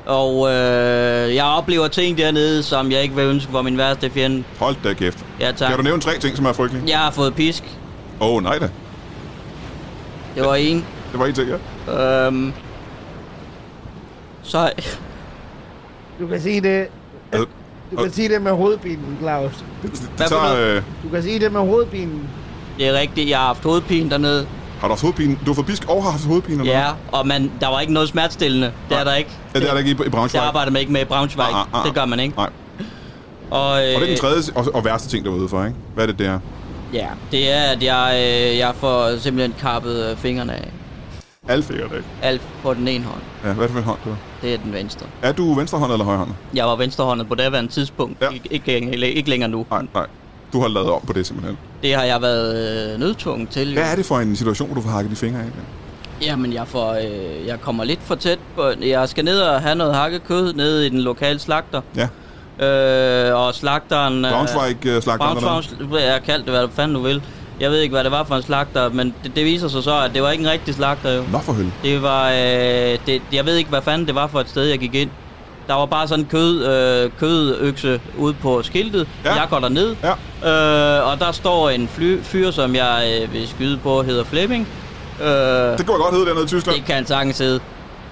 Speaker 3: Og øh, jeg oplever ting dernede, som jeg ikke vil ønske for min værste fjende.
Speaker 1: Hold da kæft.
Speaker 3: Ja, tak.
Speaker 1: Kan du nævne tre ting, som er frygtelige?
Speaker 3: Jeg har fået pisk.
Speaker 1: Åh, oh, nej da.
Speaker 3: Det var en.
Speaker 1: Det var en ting, ja.
Speaker 3: Øhm, så
Speaker 2: Du kan sige det.
Speaker 1: Altså,
Speaker 2: Du kan
Speaker 1: Og-
Speaker 2: sige det med hovedpinen, Claus.
Speaker 1: det, det, det
Speaker 3: Hvad for
Speaker 1: tager, øh,
Speaker 2: Du kan sige det med hovedpinen.
Speaker 3: det er rigtigt, jeg har haft hovedpine dernede.
Speaker 1: har du haft hovedpine? Du har fået pisk og har haft hovedpine? Eller
Speaker 3: Ja, og man, der var ikke noget smertestillende. Det er der ikke.
Speaker 1: hvad? Ja, det er der ikke i, i
Speaker 3: Det
Speaker 1: Braunschweig.
Speaker 3: arbejder man ikke med i Braunschweig.
Speaker 1: Ah, ah, ah.
Speaker 3: Det gør man ikke.
Speaker 1: Nej.
Speaker 3: Og, øh,
Speaker 1: Og det er den tredje og, og værste ting, der var ude for, ikke? Hvad er det, det er?
Speaker 3: Ja, det er, at jeg, øh, jeg får simpelthen kappet øh, fingrene af.
Speaker 1: Alle fingerdæk.
Speaker 3: Alt på den ene hånd.
Speaker 1: Ja, hvad er det for en hånd, du er?
Speaker 3: Det er den venstre.
Speaker 1: Er du venstrehåndet eller højrehåndet?
Speaker 3: Jeg var venstrehåndet på daværende tidspunkt.
Speaker 1: Ja.
Speaker 3: Ja. Ikke, ikke, længere- ikke længere nu.
Speaker 1: Nej, nej. Du har lavet om på det simpelthen.
Speaker 3: Det har jeg været øh, nødtvunget til. jo.
Speaker 1: Hvad er det for en situation, hvor du får hakket de fingre af?
Speaker 3: Jamen, jeg, får, øh, jeg kommer lidt for tæt på... Jeg skal ned og have noget hakket kød nede i den lokale slagter.
Speaker 1: Ja.
Speaker 3: Øh, og slagteren... øh,
Speaker 1: Braunschweig øh, slagter eller noget?
Speaker 3: Braunschweig, hvad jeg kaldte det, hvad du fanden du vil. Jeg ved ikke, hvad det var for en slagter, men det, det viser sig så, at det var ikke en rigtig slagter, jo.
Speaker 1: Nå for høl.
Speaker 3: Det var... Øh, det, jeg ved ikke, hvad fanden det var for et sted, jeg gik ind. Der var bare sådan en kød, øh, kødøkse ude på skiltet.
Speaker 1: Ja.
Speaker 3: Ja. Jeg går derned.
Speaker 1: Ja.
Speaker 3: Øh, og der står en fly, fyr, som jeg øh, vil skyde på, hedder Flemming. Øh, det,
Speaker 1: Det kunne jeg godt hedde dernede i Tyskland.
Speaker 3: det kan han sagtens hedde.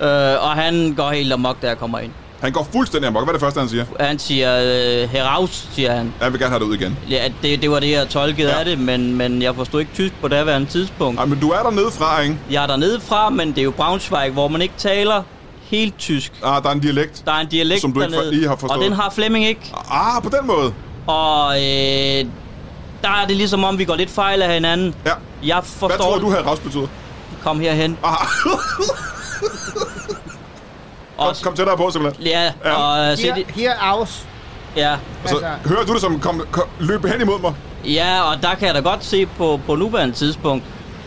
Speaker 3: Øh, og han går helt amok, da jeg kommer ind.
Speaker 1: Han går fuldstændig amok. Hvad er det første, han siger?
Speaker 3: Han siger, øh, heraus, siger han.
Speaker 1: Han vil gerne have det ud igen.
Speaker 3: Ja, det, det var det, jeg tolkede
Speaker 1: Ja.
Speaker 3: ja. af det, men, men jeg forstod ikke tysk på daværende tidspunkt.
Speaker 1: Ej, men du er dernede fra, ikke?
Speaker 3: Jeg er dernede fra, men det er jo Braunschweig, hvor man ikke taler helt tysk.
Speaker 1: Ah, der er en dialekt.
Speaker 3: Der er en dialekt
Speaker 1: Som du ikke for-
Speaker 3: dernede,
Speaker 1: lige har forstået.
Speaker 3: og den har Flemming ikke.
Speaker 1: Ah, på den måde.
Speaker 3: Og øh, der er det ligesom om, vi går lidt fejl af hinanden.
Speaker 1: Ja.
Speaker 3: Jeg
Speaker 1: Hvad
Speaker 3: forstår...
Speaker 1: tror du, heraus betyder?
Speaker 3: Kom herhen.
Speaker 1: Ah,
Speaker 3: Og,
Speaker 1: kom tættere på, simpelthen.
Speaker 3: ja,
Speaker 1: Ja.
Speaker 3: og øh, se
Speaker 2: Her,
Speaker 3: det.
Speaker 2: her aus.
Speaker 3: Ja.
Speaker 1: Altså,
Speaker 2: Altså-
Speaker 1: hører du det som, kom, kom, løb hen imod mig?
Speaker 3: ja, og der kan jeg da godt se på, på nuværende tidspunkt,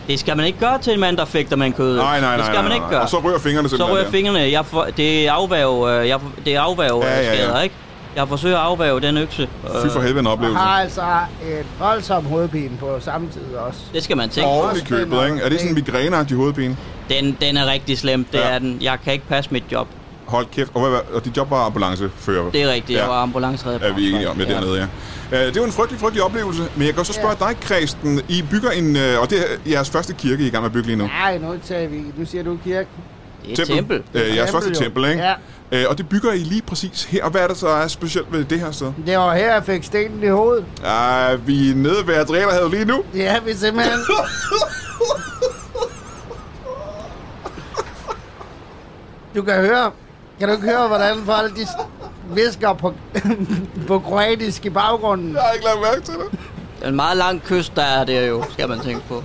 Speaker 3: det skal man ikke gøre til en mand, der fægter med en kød.
Speaker 1: Nej, nej, nej.
Speaker 3: Øh, Det skal
Speaker 1: nej,
Speaker 3: man
Speaker 1: nej,
Speaker 3: ikke
Speaker 1: nej.
Speaker 3: gøre.
Speaker 1: Og så ryger fingrene
Speaker 3: Så
Speaker 1: simpelthen.
Speaker 3: rører jeg
Speaker 1: der.
Speaker 3: fingrene. Jeg for, det er afværge, øh, jeg, det er afværge
Speaker 1: Ja,
Speaker 3: ja,
Speaker 1: ja, ja.
Speaker 3: ja, skader, ikke? Jeg forsøger at afværge den økse.
Speaker 1: Fy for
Speaker 3: Øh,
Speaker 1: helvede en
Speaker 2: Og
Speaker 1: oplevelse.
Speaker 2: har altså en voldsom hovedpine på samme tid også.
Speaker 3: Det skal man tænke.
Speaker 1: Og
Speaker 3: Oh.
Speaker 1: oven i købet, ikke? Er det sådan en migræneagtig hovedpine?
Speaker 3: Den, den er rigtig slem, det
Speaker 1: Ja.
Speaker 3: ja. er den. Jeg kan ikke passe mit job.
Speaker 1: Hold kæft. Og, hvad, hvad- og dit job var ambulancefører.
Speaker 3: Det er rigtigt,
Speaker 1: Ja.
Speaker 3: jeg var ambulanceredder.
Speaker 1: er vi enige om, ja, dernede, ja. Øh, Det er jo en frygtelig, frygtelig oplevelse, men jeg kan også spørge dig, Kristen. I bygger en, øh, og det er jeres første kirke, I er i gang med at bygge lige nu.
Speaker 2: Nej, nu tager vi. Nu siger du kirke.
Speaker 3: Det er et tempel.
Speaker 1: Øh, jeres
Speaker 2: Tempel,
Speaker 1: første
Speaker 2: jo.
Speaker 1: tempel, ikke?
Speaker 2: Ja.
Speaker 1: Øh, Og det bygger I lige præcis her. Og hvad er det så er specielt ved det her sted?
Speaker 2: Det var her, jeg fik stenen i hovedet.
Speaker 1: Ej, vi er nede ved Adriaterhavet lige nu.
Speaker 2: Ja, vi simpelthen... Du kan høre... Kan du ikke høre, hvordan folk de visker på, på kroatisk i baggrunden?
Speaker 1: Jeg har ikke lagt mærke til det.
Speaker 3: En meget lang kyst, der er der jo, skal man tænke på.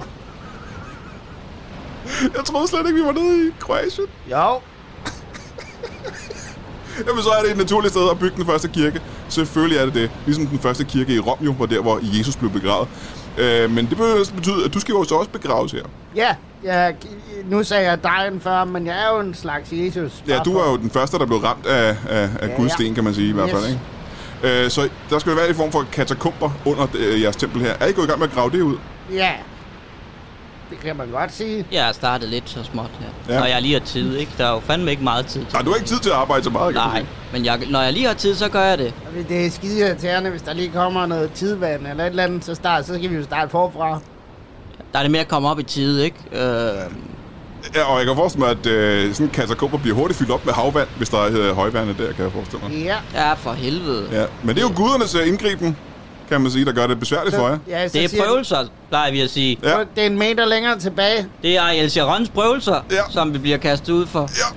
Speaker 1: Jeg troede slet ikke, vi var nede i Kroatien.
Speaker 2: Jo.
Speaker 1: Jamen, så er det et naturligt sted at bygge den første kirke. Selvfølgelig er det det. Ligesom den første kirke i Rom, jo, var der, hvor Jesus blev begravet. Øh, men det betyder, at du skal jo så også begraves her.
Speaker 2: Ja, jeg, nu sagde jeg dig end før, men jeg er jo en slags Jesus.
Speaker 1: Ja,
Speaker 2: Bare
Speaker 1: du
Speaker 2: for-
Speaker 1: er jo den første, der blev ramt af, af, af ja,
Speaker 2: Ja,
Speaker 1: Guds
Speaker 2: ja.
Speaker 1: sten, kan man sige i hvert fald.
Speaker 2: Yes.
Speaker 1: Ikke? Øh, så der skal jo være en form for katakomber under øh, jeres tempel her. Er I gået i gang med at grave det ud?
Speaker 2: Ja. Det kan man godt sige.
Speaker 3: Jeg har startet lidt så småt her.
Speaker 1: Ja.
Speaker 3: Ja. Når jeg lige har tid, ikke? Der er jo fandme ikke meget tid.
Speaker 1: Nej, du har ikke tid til at arbejde så meget. kan man
Speaker 3: Nej,
Speaker 1: sige.
Speaker 3: men jeg, når jeg lige har tid, så gør jeg det.
Speaker 2: Og Det det er skide irriterende, hvis der lige kommer noget tidvand eller et eller andet, så, start, så skal vi jo starte forfra.
Speaker 3: Der er det med at komme op i tide, ikke? Øh,
Speaker 1: Ja, og jeg kan forestille mig, at øh, sådan en katakomber bliver hurtigt fyldt op med havvand, hvis der er øh, højvandet der, kan jeg forestille mig.
Speaker 2: Ja.
Speaker 3: ja, for helvede.
Speaker 1: Ja, men det er jo gudernes øh, indgriben, kan man sige, der gør det besværligt for jer.
Speaker 2: ja så
Speaker 3: Det er
Speaker 2: siger
Speaker 3: prøvelser, plejer vi at sige.
Speaker 2: den, "Så Det er en meter længere tilbage.
Speaker 3: Det er Ariel Sharons prøvelser,
Speaker 1: Ja.
Speaker 3: ja. som vi bliver kastet ud for.
Speaker 1: Ja.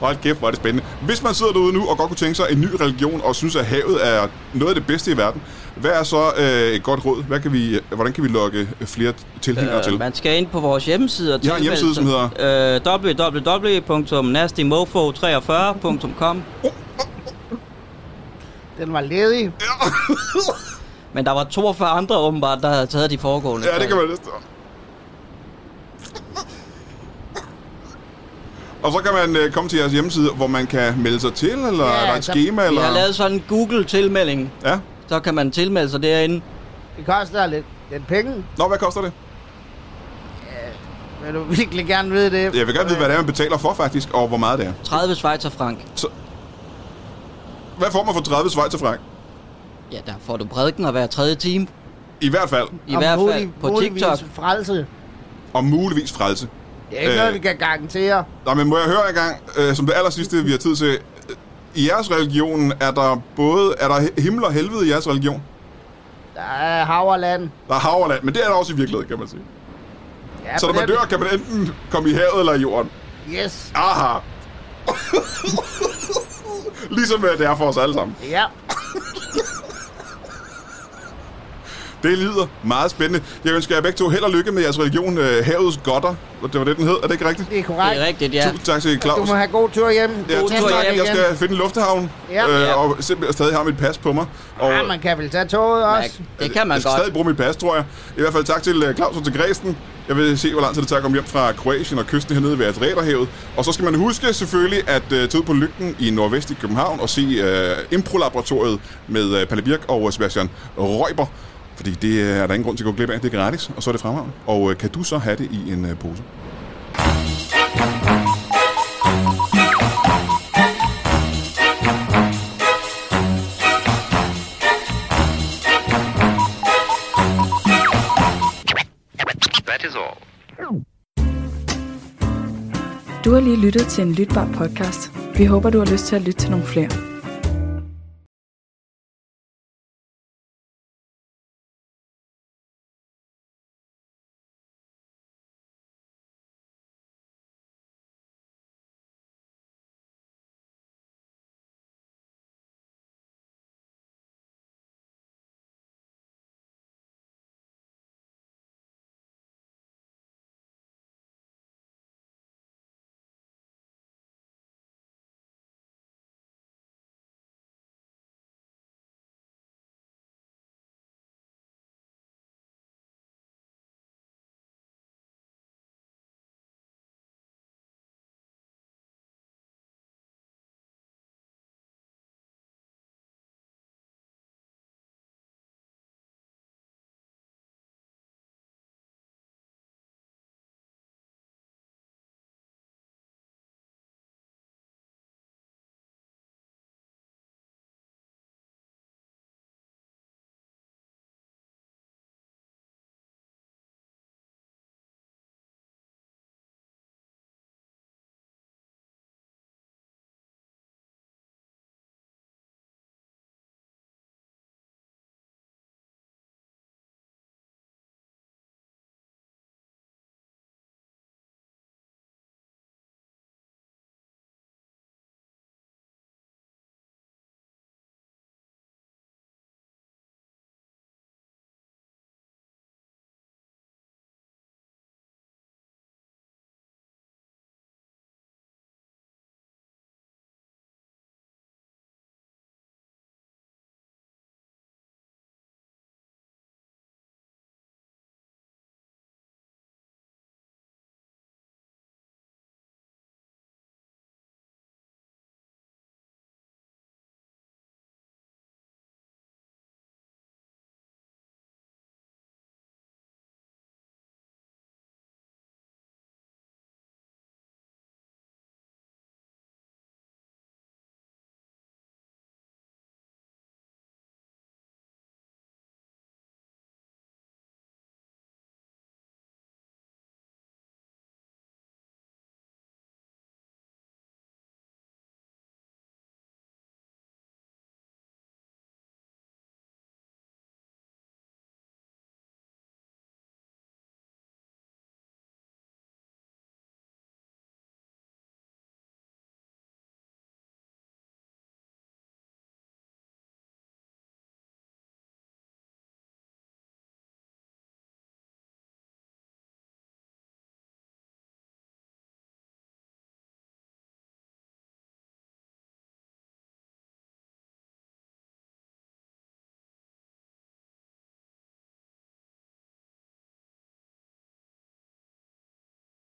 Speaker 1: Hold kæft, hvor er det spændende. Hvis man sidder derude nu og godt kunne tænke sig en ny religion og synes, at havet er noget af det bedste i verden, hvad er så øh, et godt råd? Hvad kan vi, øh, hvordan kan vi lokke flere tilhængere øh, til?
Speaker 3: man skal ind på vores hjemmeside og
Speaker 1: Jeg har en hjemmeside, som
Speaker 3: hedder... Øh, www.nastymofo43.com
Speaker 2: Den var ledig.
Speaker 3: Men der var 42 andre åbenbart, der havde taget de foregående.
Speaker 1: Ja, det kan man næste. Og så kan man øh, komme til jeres hjemmeside, hvor man kan melde sig til, eller
Speaker 2: Ja,
Speaker 1: er der et
Speaker 2: så-
Speaker 1: schema?
Speaker 3: altså, Vi
Speaker 1: Eller?
Speaker 3: har lavet sådan en Google-tilmelding.
Speaker 1: Ja.
Speaker 3: Så kan man tilmelde sig derinde.
Speaker 2: Det koster lidt, lidt penge.
Speaker 1: Nå, hvad koster det?
Speaker 2: Vil du virkelig gerne vide det?
Speaker 1: Jeg vil gerne vide, hvad det er, man betaler for faktisk, og hvor meget det er.
Speaker 3: 30 Schweizer frank.
Speaker 1: Hvad får man for 30 svejser frank?
Speaker 3: Ja, der får du prædiken hver tredje time.
Speaker 1: I hvert fald,
Speaker 3: I hvert fald på TikTok.
Speaker 2: Frelse.
Speaker 1: og muligvis frelse.
Speaker 2: Det er ikke
Speaker 1: Øh.
Speaker 2: øh. noget, vi kan garantere.
Speaker 1: Nå, men må jeg høre engang, øh, som det aller sidste, vi har tid til. øh, I jeres religion er der både er der himmel og helvede i jeres religion.
Speaker 2: Der er haverland.
Speaker 1: Der er hav og land, men det er der også i virkeligheden, kan man sige.
Speaker 2: Ja,
Speaker 1: så når
Speaker 2: på
Speaker 1: man
Speaker 2: den-
Speaker 1: dør, kan man enten komme i havet eller i jorden.
Speaker 2: Yes.
Speaker 1: Aha! ligesom øh, det er for os alle sammen.
Speaker 2: Ja.
Speaker 1: Det lyder meget spændende. Jeg ønsker jer begge to held og lykke med jeres religion, øh, Havets Godter. Det var det, den hed. Er det ikke rigtigt?
Speaker 4: Det er
Speaker 3: Det
Speaker 4: korrekt.
Speaker 3: er rigtigt, ja.
Speaker 1: Tusind tak til Claus.
Speaker 4: Du må have god tur hjem.
Speaker 1: Ja,
Speaker 3: God
Speaker 1: tusind
Speaker 3: tur
Speaker 1: tak.
Speaker 3: hjem
Speaker 1: Jeg skal finde en lufthavn,
Speaker 4: Ja.
Speaker 1: øh, og simpelthen stadig har mit pas på mig. Og
Speaker 4: Ja, Ah, man kan vel tage toget
Speaker 3: Man,
Speaker 4: også.
Speaker 3: det kan man
Speaker 1: jeg skal stadig
Speaker 3: godt.
Speaker 1: bruge mit pas, tror jeg. I hvert fald tak til øh, Claus og til Græsten. Jeg vil se, hvor lang tid det tager at komme hjem fra Kroatien og kysten hernede ved Adriaterhavet. Og så skal man huske selvfølgelig at øh, tage ud på lygten i nordvest i København og se øh, Impro-laboratoriet med øh, Palle Birk og øh, Sebastian Røiber. Fordi det øh, er der ingen grund til at gå glip af. Det er gratis, og så er det fremragende. Og øh, kan du så have det i en øh, pose?
Speaker 5: That is all.
Speaker 6: Du har lige lyttet til en lytbar podcast. Vi håber, du har lyst til at lytte til nogle flere.